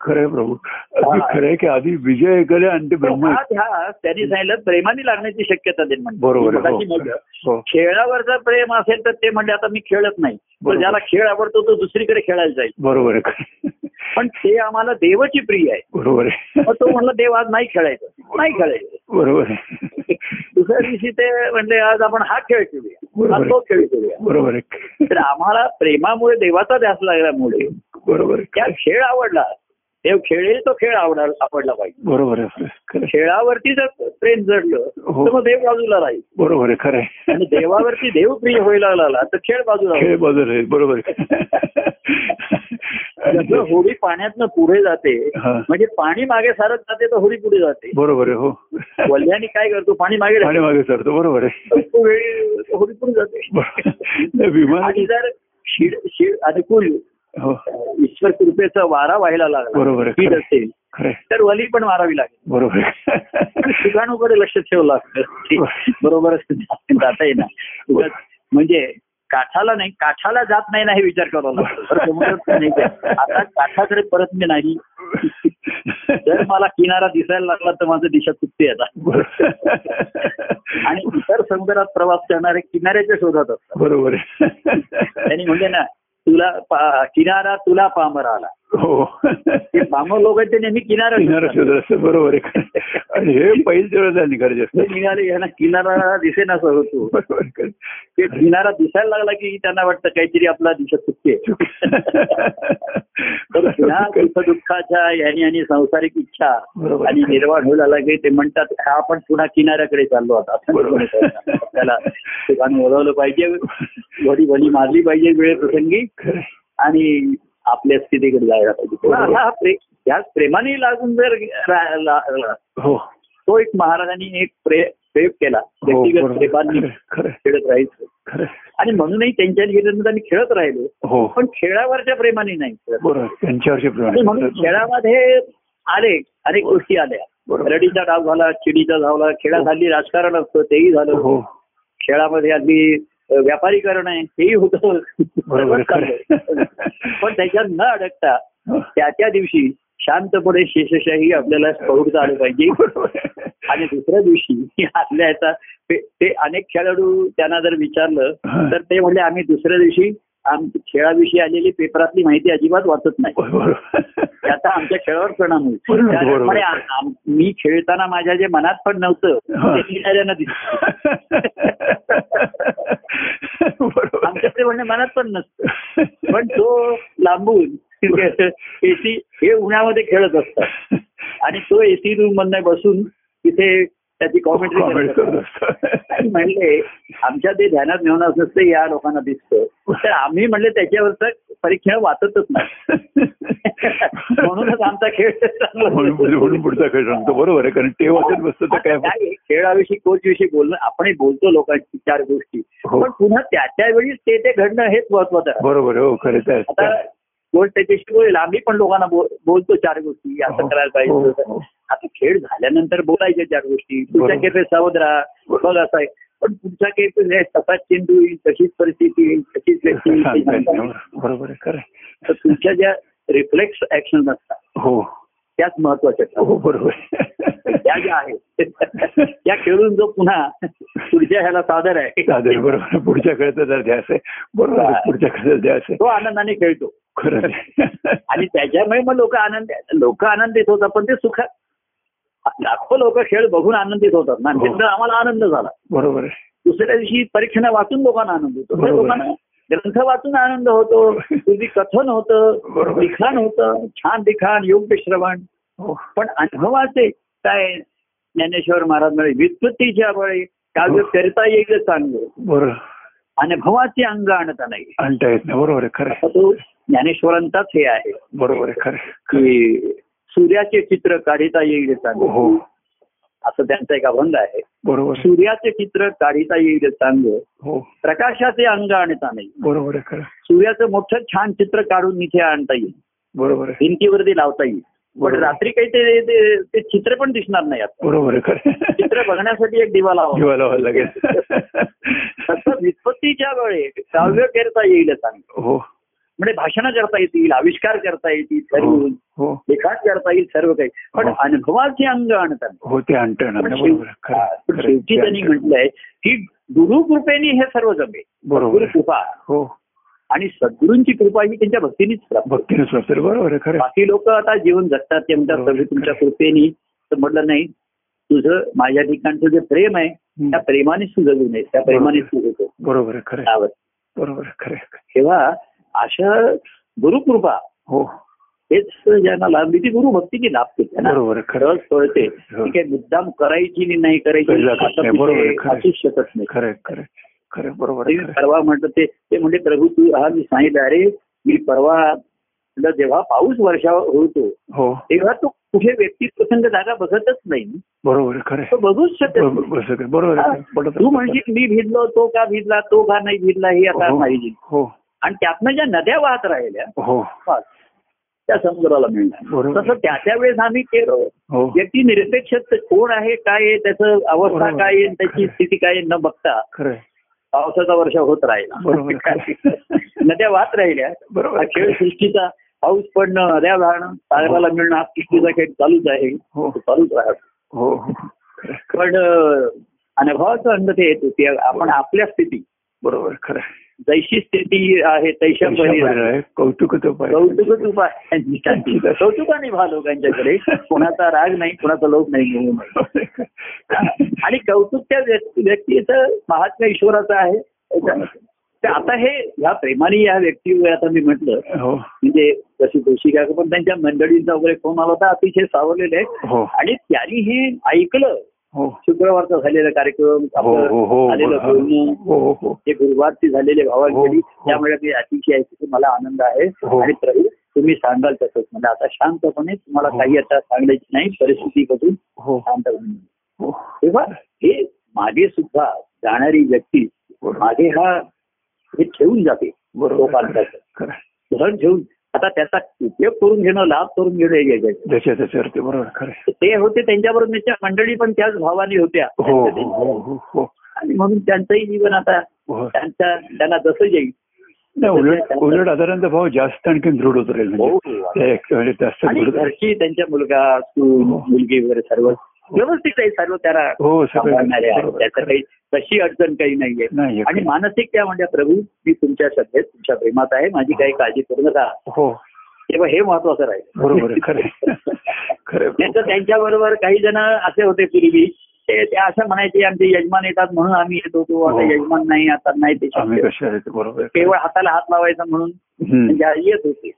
S2: खरं आहे प्रभू अगदी खरं आहे की आधी विजय ऐकले आणि ते ब्रह्म
S1: हा ध्यास त्यांनी सांगितलं प्रेमाने लागण्याची शक्यता देत म्हणजे
S2: बरोबर आहे,
S1: मगाशी
S2: हो.
S1: म्हणलं,
S2: हो
S1: खेळावरचा प्रेम असेल तर ते म्हणजे आता मी खेळत नाही पण
S2: बरोबर.
S1: ज्याला खेळ आवडतो तो दुसरीकडे खेळायला जाईल
S2: बरोबर आहे खरं आहे.
S1: पण ते आम्हाला देवाची प्रिय आहे
S2: बरोबर आहे
S1: मग तो म्हणला देव आज नाही खेळायचं नाही खेळायचं
S2: बरोबर आहे
S1: दुसऱ्या दिवशी ते म्हणले आज आपण हा खेळ खेळूया
S2: बरोबर.
S1: आज तो खेळ खेळूया
S2: बरोबर आहे
S1: तर आम्हाला प्रेमामुळे देवाचा ध्यास लागल्यामुळे
S2: बरोबर आहे
S1: त्या खेळ आवडला देव खेळेल तो खेळ आवडणार आवडला पाहिजे
S2: बरोबर आहे खरं आहे.
S1: खेळावरती जर प्रेम जडलं
S2: हो.
S1: तर मग देव बाजूला राहील
S2: बरोबर आहे खरं आहे.
S1: आणि देवावरती देव प्रिय व्हायला लागला तर खेळ बाजूला
S2: खेळ
S1: राहील.
S2: बदल आहे बरोबर आहे
S1: जसं
S2: आणि-
S1: होडी पाण्यातनं पुढे जाते
S2: हा.
S1: म्हणजे पाणी मागे सारत जाते तर होडी पुढे जाते
S2: बरोबर आहे हो
S1: वल्ल्याने काय करतो पाणी मागे
S2: आणि मागे सरतो बरोबर आहे
S1: तो वेळी होडी पुढे जाते
S2: बरोबर. नाही, विमान
S1: आणि जर शिड शिड अनुकूल
S2: हो
S1: ईश्वर कृपेचा वारा व्हायला लागला
S2: बरोबर आहे,
S1: स्पीड
S2: खरं.
S1: असेल
S2: खरं आहे.
S1: तर वली पण मारावी लागेल
S2: बरोबर
S1: पण
S2: आहे
S1: ठिकाण वगैरे लक्ष ठेवलं असतं बरोबर असतं जाता येणार उगाच म्हणजे काठाला नाही काठाला जात नाही ना हे विचार करावा लागतो बरं, समुद्रात पण नाही जात. आता काठाकडे परत मी नाही जर मला किनारा दिसायला लागला तर माझं दिशा चुकते आता आणि इतर समुद्रात प्रवास करणारे किनाऱ्याच्या शोधात असतात
S2: बरोबर आहे.
S1: त्यांनी म्हणजे ना तुला पा- किनारा तुला पामर आला
S2: हो
S1: ते पामर लोक आहेत ते नेहमी किनारा
S2: किनारा
S1: शोधतात.
S2: शोधत असतं बरोबर आहे आणि हे पैल जवळ निघायचे
S1: ते
S2: असतात
S1: निघाले यांना किनारा दिसेनासा होतो
S2: बरोबर आहे.
S1: ते किनारा दिसायला लागला की त्यांना वाटतं काहीतरी आपला दिशा चुकते तर ह्या दुःख दुःखाच्या यानी आणि सांसारिक इच्छा
S2: बरोबर.
S1: आणि निर्वाण होऊ लागला की ते म्हणतात हा आपण पुन्हा किनाऱ्याकडे चाललो आता असं
S2: बरोबर.
S1: म्हणतात. त्याला ठिकाण ओळवलं पाहिजे वडी भली मारली पाहिजे वेळप्रसंगी
S2: खरं आहे.
S1: आणि आपल्या स्थितीकडे जायला पाहिजे तेव्हा
S2: बरोबर.
S1: हा प्रे- ह्याच प्रेमाने लागून जर रा- ला- ला-
S2: हो
S1: तो एक महाराजांनी एक प्रे प्रयोग केला
S2: हो
S1: व्यक्तिगत
S2: बरोबर.
S1: प्रेमांनी
S2: खरं- खरं आहे.
S1: खेळत राहायचं
S2: खरं आहे.
S1: आणि म्हणूनही त्यांच्या निकेतन आम्ही खेळत राहिलो
S2: हो
S1: पण खेळावरच्या प्रेमाने नाही खेळत.
S2: बरोबर त्यांच्यावरचे
S1: आणि म्हणून
S2: प्रमाण
S1: खेळामध्ये आले अनेक गोष्टी आल्या
S2: बरोबर.
S1: रडीचा डाव झाला चिडीचा झाला खेळात हल्ली राजकारण असतं तेही झालं
S2: हो
S1: खेळामध्ये आधी अ, व्यापारीकरण आहे तेही होतं सर्वच
S2: बरोबर
S1: चाललंय.
S2: खरं
S1: पण त्याच्यात न अडकता त्या त्या दिवशी शांतपणे शेषशाही आपल्याला स्फोटचा आलं पाहिजे आणि दुसऱ्या दिवशी आदल्या ह्याचा ते- ते अनेक खेळाडू त्यांना जर विचारलं तर ते म्हणजे आम्ही दुसऱ्या दिवशी आम- खेळाविषयी आलेली पेपरातली माहिती अजिबात वाचत नाही त्याचा आमच्या खेळावर परिणाम होईल
S2: बरोबर, बरोबर.
S1: त्यामुळे आम- आम- मी खेळताना माझ्या जे मनात पण नव्हतं ते खेळाऱ्यांना दिसलं आमच्या ते म्हणजे मनात पण नसतं पण तो लांबून एसी हे उन्हामध्ये खेळत असतात आणि तो एसी रूम मधनं बसून तिथे त्याची कॉमेंट्री करत असतात. आणि म्हणले आमच्या ते ध्यानात घेऊन असतं या लोकांना दिसतं तर आम्ही म्हणले त्याच्यावरचं परीक्षण वाचतच नाही म्हणूनच आमचा खेळ चांगला
S2: म्हणून म्हणजे म्हणून पुढचा खेळ सांगतो बरोबर आहे कारण
S1: हो.
S2: ते वाचत बसतं तर
S1: आता
S2: काय
S1: काय आहे, खेळाविषयी कोच विषयी बोलणं आपण बोलतो लोकांची चार गोष्टी
S2: हो.
S1: पण पुन्हा त्या त्यावेळी ते ते घडणं हेच महत्वाचं आहे
S2: बरोबर आहे, हो खरं तर
S1: आता कोच त्याच्याशी बोलेल आम्ही पण लोकांना बोल- बोलतो चार गोष्टी असं
S2: हो,
S1: करायला
S2: हो,
S1: पाहिजे
S2: हो.
S1: तसं. आता खेळ झाल्यानंतर बोलायच्या चार गोष्टी
S2: बरोबर.
S1: पुढच्या केपेस सावध राहा बघ असं आहे पण पुढच्या केपेस हे तसाच चेंडू येईल तशीच परिस्थिती येईल तशीच व्यक्ती येईल,
S2: सांगता येत
S1: तशीच
S2: नाही.
S1: व्यक्ती.
S2: बरोबर आहे खरं आहे.
S1: तर तुमच्या ज्या रिफ्लेक्स ऍक्शन असतात
S2: हो
S1: त्याच महत्वाच्या ठरतात.
S2: हो बरोबर आहे.
S1: त्या ज्या आहेत त्या खेळून जो पुन्हा पुढच्या ह्याला सादर आहे
S2: सादर बरोबर पुढच्या खेळाचा जर ध्यास आहे बरोबर आहे, पुढच्या खेळाचा ध्यास आहे
S1: तो आनंदाने खेळतो
S2: खरं आहे.
S1: आणि त्याच्यामुळे मग लोक आनंद लोक आनंदित होतात पण ते सुख लाखो लोक खेळ बघून आनंदित होतात ना
S2: हो.
S1: त्याच्यामुळे आम्हाला आनंद झाला
S2: बरोबर आहे
S1: दुसऱ्या दिवशी परीक्षण वाचून लोकांना आनंद होतो त्या
S2: बरोबर.
S1: लोकांना ग्रंथ वाचून आनंद होतो तुझी कथन होतं
S2: बरोबर.
S1: लिखाण होतं छान लिखाण योग्य श्रवण
S2: हो
S1: पण अनुभवाचे काय ज्ञानेश्वर महाराज म्हणे व्युत्पत्तीच्या बळी काव्य करता येईल चांगलं
S2: बरोबर
S1: अनुभवाचे अंग आणता नाही
S2: आणता येत नाही बरोबर आहे खरं
S1: असा
S2: आहे.
S1: तो ज्ञानेश्वरांचाच हे आहे
S2: बरोबर आहे खरं आहे.
S1: की सूर्याचे चित्र काढिता येईल चांगलं
S2: हो
S1: असं त्यांचा एक अभंग आहे
S2: बरोबर आहे.
S1: सूर्याचे चित्र काढिता येईल चांगलं
S2: हो
S1: प्रकाशाचे अंग आणता नाही
S2: बरोबर आहे खरं आहे.
S1: सूर्याचं मोठं छान चित्र काढून इथे आणता येईल
S2: बरोबर आहे
S1: भिंतीवरती लावता येईल पण
S2: बरोबर.
S1: रात्री काही ते- ते ते चित्र पण दिसणार नाही आता
S2: बरोबर आहे खरं आहे.
S1: चित्र बघण्यासाठी एक दिवा लावा
S2: जीवा लावायला लागेल
S1: तसं व्युत्पत्तीच्या वेळी काव्य करता येईल चांगलं
S2: हो
S1: म्हणजे भाषणं करता येतील आविष्कार करता येतील ठरवून
S2: हो
S1: लेखन करता येईल सर्व काही पण
S2: हो.
S1: अनुभवाचे अंग आणतात
S2: हो ते आणता येणार
S1: पण
S2: नाही.
S1: शेव-
S2: बरोबर आहे. खरं आहे.
S1: पण
S2: खरं आहे.
S1: शेवटी
S2: ते
S1: त्यांनी
S2: आणता येणार
S1: म्हटलंय की गुरुकृपेने हे सर्व जमेल
S2: नाही. बरोबर आहे.
S1: गुरुकृपा
S2: हो
S1: आणि सद्गुरूंची कृपा ही त्यांच्या भक्तीनेच प्राप्त होते.
S2: भक्तीने स्वस्त बरोबर आहे खरं आहे.
S1: बाकी लोक आता जीवन जगतात ते म्हणतात
S2: बरोबर.
S1: प्रभू तुमच्या कृपेने तर म्हटलं नाही तुझं माझ्या ठिकाणचं जे प्रेम आहे
S2: हं.
S1: त्या प्रेमानेच तू जगू नये त्या प्रेमानेच तू होतो
S2: बरोबर आहे खरं आहे.
S1: त्यावर.
S2: बरोबर आहे खरं आहे.
S1: तेव्हा अशा गुरुकृपा
S2: हो
S1: हेच ज्यांना लाभली ती गुरु भक्ती की लाभते त्यांना
S2: बरोबर आहे खरं
S1: सहज कळते
S2: हो.
S1: की काही मुद्दाम करायची आणि नाही करायची
S2: कळलं का?
S1: असा
S2: नाही, बरोबर आहे,
S1: विषय
S2: खरं आहे.
S1: असूच शकत नाही
S2: खरं आहे, खरं आहे. खरं आहे, बरोबर
S1: ते
S2: आहे, खरं आहे.
S1: परवा म्हणतात ते ते म्हणजे प्रभू तू हा मी सांगितलं अरे मी परवा म्हटलं, जेव्हा पाऊस वर्षावर होतो
S2: हो
S1: तेव्हा तो कुठे व्यक्ती प्रसंग जागा बघतच नाही
S2: बरोबर आहे, खरं
S1: तो
S2: आहे.
S1: बघूच शकत
S2: बरोबर
S1: नाही.
S2: बरोबर आहे, बरोबर आहे,
S1: हा,
S2: बरोबर आहे.
S1: तू म्हणशील मी भिजलो तो का भिजला तो का नाही भिजला हे आता
S2: हो,
S1: पाहिजे
S2: हो
S1: आणि त्यातनं ज्या नद्या वाहत राहिल्या
S2: हो
S1: वाह, त्या समुद्राला मिळणार
S2: बरोबर.
S1: तसं त्या त्या वेळेस आम्ही केलो
S2: हो
S1: व्यक्ती निरपेक्ष त- कोण आहे काय आहे त्याचं अवस्था
S2: बरोबर.
S1: काय आहे त्याची स्थिती काय आहे न बघता
S2: खरं आहे.
S1: पावसाचा वर्षा होत
S2: बरोबर.
S1: राहिला नद्या वाहत राहिल्या
S2: बरोबर
S1: हा खेळ सृष्टीचा पाऊस पडणं नद्या वाहणं सागराला मिळणं हा सृष्टीचा खेळ चालूच आहे
S2: हो
S1: तो चालूच राहतो
S2: हो हो. खरं आहे.
S1: पण अं, अनुभवाचं अंग ते येत होती आपण आपल्या स्थिती
S2: बरोबर खरं आहे.
S1: जैशी स्थिती आहे तैशा बरी
S2: शंभर
S1: राहा.
S2: आहे. कौतुकच उपाय
S1: कौतुकच उपाय कौतुकाने भा लोकांच्याकडे कोणाचा राग नाही कोणाचा लोभ नाही मोह नाही. आणि कौतुक त्या व्यक्ती- व्यक्तीचं महात्मा ईश्वराचं आहे तर आता हे ह्या प्रेमाने या व्यक्तीवर आता मी म्हटलं
S2: हो
S1: म्हणजे जशी दोषी काका पण त्यांच्या मंडळींचा वगैरे फोन आला होता अतिशय सावरलेले आहेत.
S2: हो
S1: आणि त्यांनी हे ऐकलं
S2: हो
S1: शुक्रवारचा झालेला कार्यक्रम
S2: हो
S1: आपलं
S2: हो हो
S1: आलेलं बोलणं
S2: हो हो
S1: ते गुरुवारची झालेले भावांकडे
S2: हो, हो.
S1: त्यामुळे मी अतिशय ऐकून मला आनंद आहे
S2: हो.
S1: आणि प्रवीण, तुम्ही सांगाल तसंच म्हणजे आता शांतपणे तुम्हाला
S2: हो.
S1: काही आता सांगायची नाही परिस्थिती बघून
S2: हो
S1: शांतपणे
S2: हो
S1: तेव्हा हे मागे सुद्धा जाणारी व्यक्ती
S2: बरोबर.
S1: मागे हा हे ठेवून जाते
S2: बरोबर
S1: लोकांचं
S2: खरं आहे.
S1: धन ठेवून आता त्याचा उपयोग करून घेणं लाभ करून घेणं हे याच्यात.
S2: त्याच्या त्याच्या अर्थ बरोबर खरं आहे.
S1: ते होते त्यांच्याबरोबर त्यांच्या मंडळी पण त्याच भावाने होत्या
S2: हो हो हो हो हो
S1: आणि म्हणून त्यांचंही जीवन आता
S2: हो
S1: त्यांच्या त्यांना जसं येईल
S2: नाही उलट उलट आजारांचा भाव जास्त आणखी दृढ होत राहील म्हणजे
S1: हो.
S2: त्या एक- म्हणजे जास्त
S1: आणि
S2: दृढ
S1: घरची त्यांच्या मुलगा सून,
S2: हो.
S1: मुलगी वगैरे सर्व व्यवस्थित आहे सर्व त्याला
S2: हो सगळं
S1: सांभाळणारे आहेत
S2: बरोबर.
S1: त्याचं काही तशी अडचण काही नाहीये
S2: नाहीये.
S1: आणि मानसिक त्या म्हणजे प्रभू मी तुमच्या श्रद्धेत तुमच्या प्रेमात आहे माझी काही काळजी करू नका
S2: हो
S1: तेव्हा हे महत्वाचं राहील
S2: बरोबर आहे, खरं आहे. खरं आहे.
S1: त्यांचं त्यांच्याबरोबर काही जण असे होते पूर्वी ते ते असं म्हणायचे आमचे यजमान येतात म्हणून आम्ही येतो तो आता
S2: हो.
S1: यजमान नाही आता नाही ते
S2: आम्ही
S1: शक्य.
S2: कसे आहेत बरोबर आहे.
S1: केवळ हाताला हात लावायचा म्हणून
S2: हम्म.
S1: ज्या येत होते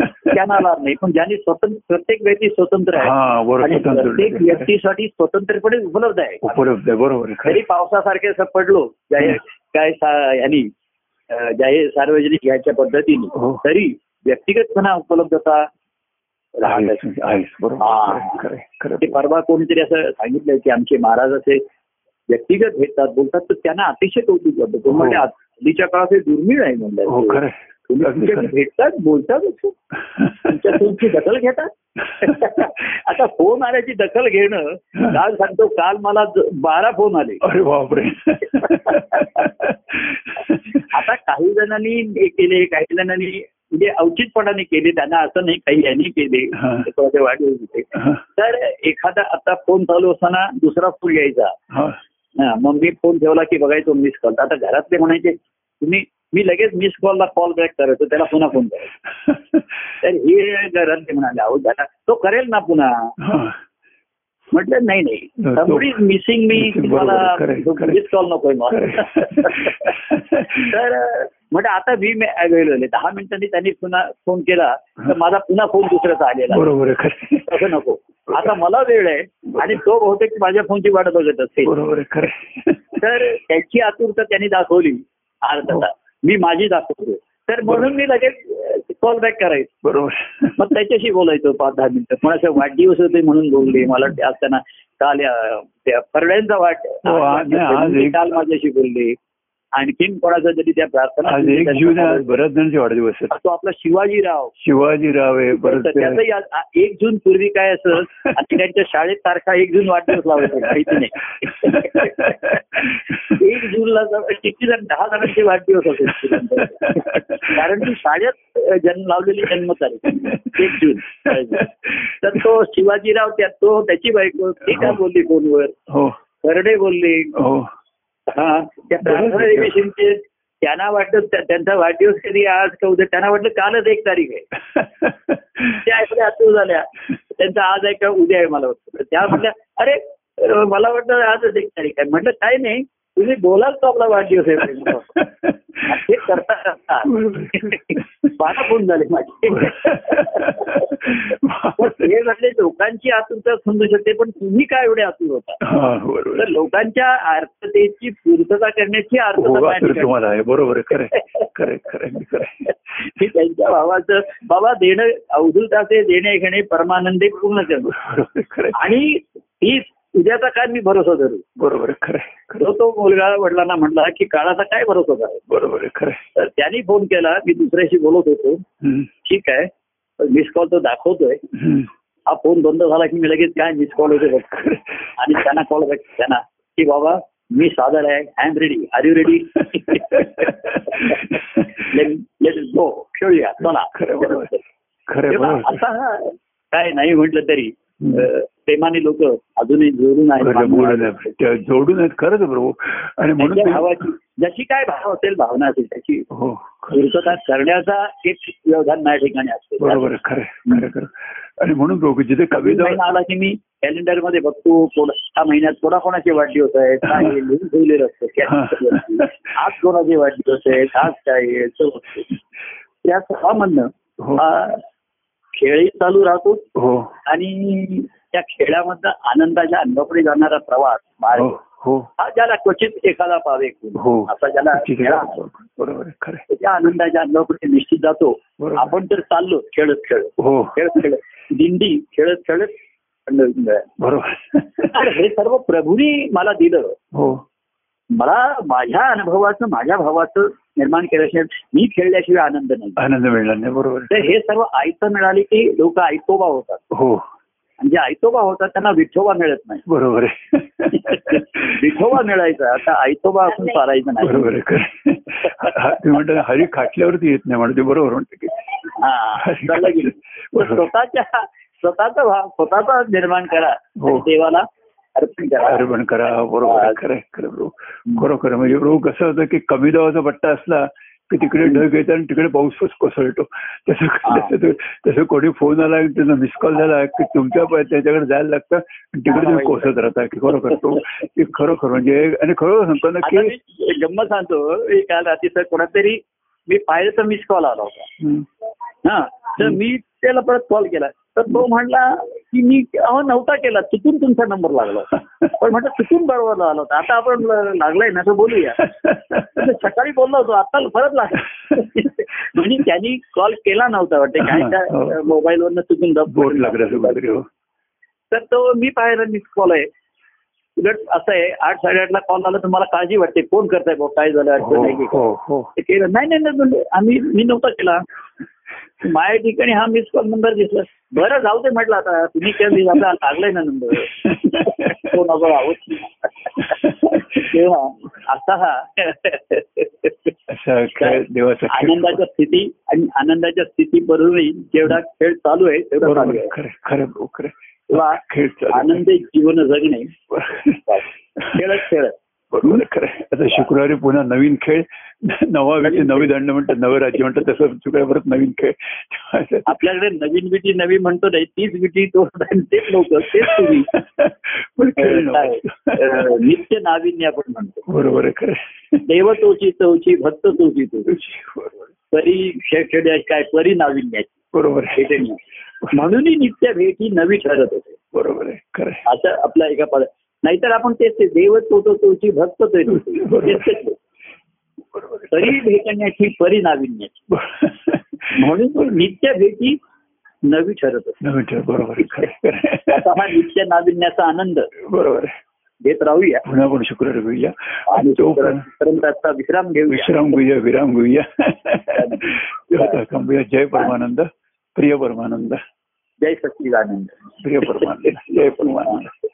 S1: त्यांना लाभ नाही पण ज्यांनी स्वतंत्र प्रत्येक व्यक्ती स्वतंत्र आहे
S2: हा वर
S1: आणि
S2: स्वतंत्र
S1: प्रत्येक व्यक्तीसाठी स्वतंत्रपणे उपलब्ध आहे
S2: उपलब्ध आहे बरोबर आहे, खरं
S1: जरी
S2: आहे.
S1: पावसासारखे असं पडलो जाहीर काय सा- यांनी अं, जाहीर सार्वजनिक घ्यायच्या पद्धतीने
S2: हो.
S1: तरी व्यक्तिगतपणा उपलब्धता राहत
S2: आहेस,
S1: असते.
S2: आहेस, बरोबर
S1: हा.
S2: खरं आहे, खरं
S1: ते
S2: आहे.
S1: परवा कोणीतरी असं सांगितलं की आमचे महाराज असे व्यक्तिगत भेटतात बोलतात तर त्यांना अतिशय कौतुक वाटतं तो
S2: हो.
S1: म्हणजे हल्लीच्या काळात हे दुर्मिळ आहे
S2: हो
S1: म्हणलं
S2: खरं आहे.
S1: तुम्ही
S2: अगदी
S1: तुमच्याकडे
S2: खरं आहे.
S1: भेटतात बोलतात तुमच्या तुमची दखल घेतात आता फोन आल्याची दखल घेणं काल सांगतो काल मला ज- बारा फोन आले
S2: अरे बापरे
S1: आता काही जणांनी हे केले काही जणांनी म्हणजे अवचितपणाने केले त्यांना असं नाही काही यांनी केले
S2: हा.
S1: ते थोडे वाढले होते
S2: हा,
S1: तर एखादा आता फोन चालू असताना दुसरा फोन यायचा
S2: हा.
S1: हा, मग मी फोन ठेवला की बघायचो मिस कॉल आता घरातले म्हणायचे तुम्ही मी लगेच मिस कॉलला कॉल बॅक करायचो त्याला पुन्हा फोन करायचो तर हे घरातले म्हणाले अहो दादा तो करेल ना पुन्हा
S2: हा.
S1: म्हटलं नाही नाही
S2: तो-
S1: समोर मिसिंग मी
S2: missing,
S1: तुम्हाला
S2: बरोबर, correct, correct.
S1: मिस कॉल नकोय मला
S2: खरं
S1: तर म्हटलं आता मी अवेलेबल आहे दहा मिनिटांनी त्यांनी पुन्हा फोन केला तर माझा पुन्हा फोन दुसऱ्याचा आलेला आहे.
S2: आहे. बरोबर आहे खरं आहे.
S1: तसं नको आता मला वेळ आहे आणि तो बहुतेक माझ्या फोनची वाट बघत असते
S2: बरोबर आहे खरं आहे.
S1: तर त्याची आतुरता त्यांनी दाखवली अर्थात
S2: हो.
S1: मी माझी दाखवतो तर म्हणून मी लगेच कॉल बॅक करायचो
S2: बरोबर
S1: मग त्याच्याशी बोलायचो पाच दहा मिनिटं कोणाचा वाढदिवस होते म्हणून बोलले मला ते आज त्यांना काल अं, त्या फरड्यांचा वाट
S2: हो, आज नाही, आज
S1: ते
S2: एक-
S1: काल माझ्याशी बोलले आणखीन कोणाचा जरी त्या प्रार्थना
S2: आज एक जून आहे, आज बऱ्याच जणांचे वाढदिवस आहेत
S1: तो आपला शिवाजीराव
S2: शिवाजीराव आहे
S1: तर
S2: परत ते-
S1: त्याचंही आज आ- एक जून पूर्वी काय असं आता त्यांच्या शाळेत तारखा एक जून वाढदिवस लावायचे माहिती नाही एक जूनला जर- किती जण दहा जणांचे वाढदिवस असेल कारण ती शाळेत अं, जन्म लावलेली जन्मतारीख एक जून तर तो शिवाजीराव त्या तो त्याची बायको ती काय बोलली फोनवर
S2: हो
S1: खरडे बोलले
S2: हो
S1: हा त्या प्रार्थना
S2: बरोबर.
S1: अधिवेशनचे त्यांना वाटलं त्या- त्यांचा वाढदिवस कधी आज का उद्या त्यांना वाटलं कालच एक तारीख आहे त्या ऐकल्या आतूर झाल्या त्यांचा आज आहे का उद्या आहे मला वाटतं तर त्या म्हटल्या अरे अ, मला वाटलं आजच एक तारीख आहे म्हटलं काय नाही तुम्ही बोलाल तो आपला वाढदिवस आहे "हो." हे करता करता बारा फोन झाले माझे पण हे म्हटले लोकांची आतुरता समजू शकते पण तुम्ही काय एवढे आतुर होता
S2: हा, बरोबर
S1: तर लोकांच्या आर्थतेची पूर्तता करण्याची
S2: हो
S1: आर्थता
S2: तर
S1: पाहिजे.
S2: तुम्हाला आहे बरोबर आहे, खरं आहे. खरं आहे, खरं आहे, खरं आहे.
S1: हे त्यांच्या भावाचं बाबा देणं अवधूताचे देणे घेणे परमानंदे पूर्ण करू
S2: बरोबर आहे, खरं आहे.
S1: आणि ही उद्याचा काय मी भरोसा धरू
S2: बरोबर आहे, खरं आहे, खरं आहे.
S1: तो तो मुलगा वडिलांना म्हटला की काळाचा काय भरोसा धरू
S2: बरोबर आहे, खरं आहे.
S1: तर त्यांनी फोन केला मी दुसऱ्याशी बोलत होतो
S2: हम्म.
S1: ठीक आहे मिस कॉल तो दाखवतोय
S2: हम्म.
S1: हा फोन बंद झाला की मी लगेच काय मिस कॉल होते बघ आणि त्यांना कॉल बघ त्यांना की बाबा मी सादर आहे I am ready are you ready late go खेळूया
S2: खरं बरोबर.
S1: चला
S2: खरं
S1: तेव्हा
S2: बरोबर.
S1: आता काय नाही म्हटलं तरी अं, प्रेमाने लोक अजूनही जोडून आहेत
S2: खरं
S1: बांधून
S2: बोलणं.
S1: आहेत.
S2: त्या जोडून आहेत खरंच प्रभू आणि म्हणून
S1: त्यांच्या
S2: ते-
S1: भावाची जशी काय भाव असेल भावना असेल त्याची
S2: हो खरं.
S1: पूर्तता करण्याचा एक व्यवधान माझ्या ठिकाणी असतो
S2: बरोबर आहे. खरं आहे. खरं खरं आणि म्हणून प्रभू जिथे
S1: नवीन
S2: कविता
S1: महिना आला की मी कॅलेंडर मध्ये बघतो कोण- ह्या महिन्यात कोणाकोणाचे वाढदिवस आहेत काय आहे, लिहून ठेवलेलं असतं calendar वरती. आज कोणाचे वाढदिवस आहेत आज काय आहे, असं बघतो. त्या
S2: हो.
S1: सर्वांमधनं हा खेळही चालू राहतो
S2: हो
S1: आणि त्या खेळामधला आनंदाच्या अंगापुढे जाणारा प्रवास
S2: हो
S1: मार्ग
S2: हो
S1: हा ज्याला क्वचित एखादा पावे
S2: हो
S1: असा ज्याला
S2: ठीक
S1: खेळा
S2: आहे. बरोबर आहे. खरं आहे.
S1: तो त्या आनंदाच्या अंगापुढे निश्चित जातो
S2: बरोबर.
S1: आपण तर चाललो खेळत खेळत
S2: हो
S1: खेळत खेळत दिंडी खेळत खेळत पंढरीत मिळाली. तर
S2: बरोबर
S1: हे सर्व प्रभूने मला दिलं
S2: हो
S1: मला माझ्या अनुभवाचं माझ्या भावाचं निर्माण केल्याशिवाय मी खेळल्याशिवाय आनंद नाही
S2: आनंद मिळणार नाही बरोबर आहे.
S1: तर हे सर्व आयतं मिळाले की लोक आयतोबा होतात
S2: हो
S1: आणि जे आयतोबा होतात त्यांना विठोबा मिळत नाही
S2: बरोबर आहे
S1: विठोबा मिळायचा आता आयतोबा आपण चालायचं नाही
S2: बरोबर आहे खरं तुम्ही म्हणता हरी खाटल्यावरती येत नाही म्हणते बरोबर म्हणते की
S1: हा चाललं गेलं. पण स्वतःच्या स्वतःचा भाव स्वतःचा निर्माण करा
S2: हो.
S1: आणि देवाला अर्पण करा
S2: अर्पण करा बरोबर आहे, खरं आहे, खरं आहे, बरोबर खरोखर आहे. म्हणजे रोग कसं होतं की कमी दावाचा पट्टा असला की तिकडे ढग येतात आणि तिकडे पाऊसच कोसळतो तसं तसं तो- तसं कोणी फोन आला की त्याचा मिस कॉल झाला की तुमच्या पाय- त्याच्याकडे जायला लागतं आणि तिकडे तुम्ही कोसळत राहता की खरोखर तो ते खरोखर म्हणजे आणि खरोखर सांगतो ना
S1: आता
S2: की
S1: मी एक गंमत सांगतो एक काल रात्री सर कोणातरी मी पाहिलं तर मिस कॉल आला होता
S2: हं,
S1: हा तर मी त्याला परत कॉल केला तर तो म्हणला की मी अहो नव्हता केला चुकून तुमचा नंबर लागला होता. पण म्हटलं चुकून बरोबर लागला होता आता आपण ल- लागलाय ना तर बोलूया तर सकाळी बोललो होतो आता परत लागला म्हणजे त्यांनी कॉल केला नव्हता वाटते काय त्या मोबाईलवरनं चुकून दब
S2: हो. बोट लागलं असं काहीतरी, हो.
S1: तर तो मी पाहिला मिस कॉल आहे उलट असं आहे आठ साडेआठला कॉल आला तर मला काळजी वाटते फोन करताय भाऊ काय झालं अडचण आहे की काय?
S2: हो हो
S1: ते केलं नाही नाही नाही म्हणलं, आम्ही मी नव्हता केला माझ्या ठिकाणी हा मिस कॉल नंबर दिसला बरं जाऊ दे म्हटलं आता तुम्ही केलं आपला लागलाय ना नंबर तो नंबर आहोत तेव्हा असा हा
S2: असं काय देवाचा खेळ.
S1: आनंदाच्या स्थिती आणि आनंदाच्या स्थिती बरोबरही जेवढा खेळ चालू आहे तेवढा
S2: बरोबर
S1: चालू
S2: आहे,
S1: आहे
S2: खरं खरं भाऊ, खरं
S1: तेव्हा
S2: खेळ चालू आहे.
S1: आनंदी जीवन जगणे खेळत
S2: बरोबर
S1: खेळत
S2: आहे, खरं आहे. आता शुक्रवारी पुन्हा नवीन खेळ नवा व्यक्ती नवी दंड म्हणतात नवे राज्य म्हणतात तसं शुक्रवारी परत नवीन खेळ
S1: आपल्याकडे नवीन विटी नवी म्हणतो नाही तीच विटी तो तेच लोक तेच तुम्ही
S2: पण खेळ नवा.
S1: काय, अं, नित्य नाविन्य आपण म्हणतो
S2: बरोबर आहे खरं आहे.
S1: देव तोची तोची भक्त तोची तोची
S2: बरोबर आहे.
S1: परी खेळखेड्या काय परी नाविन्याची
S2: बरोबर आहे
S1: भेटणी म्हणूनही नित्य भेट ही नवी ठरत होते
S2: बरोबर आहे खरं आहे.
S1: असं आपल्या एका पद नाहीतर आपण तेच ते देव तोतो तोची भक्त तोची तोची.
S2: बरोबर.
S1: तेच तेच लोक.
S2: बरोबर आहे.
S1: परी भेटण्याची परी नाविन्याची म्हणून नित्य भेटी नवी ठरत होते
S2: नवीन खेळ बरोबर आहे खरं आहे, खरं
S1: आता
S2: आहे.
S1: हा नित्य नाविन्याचा आनंद
S2: बरोबर आहे
S1: घेत राहूया
S2: पुन्हा आपण शुक्रवारी भेटूया
S1: आणि
S2: आणि तो पण
S1: तोपर्यंत आजचा विश्राम घेऊया
S2: विश्राम घेऊया विराम घेऊया देवता थांबूया जय परमानंद प्रिय परमानंद
S1: जय सच्चिदानंद
S2: प्रिय परमानंद जय परमानंद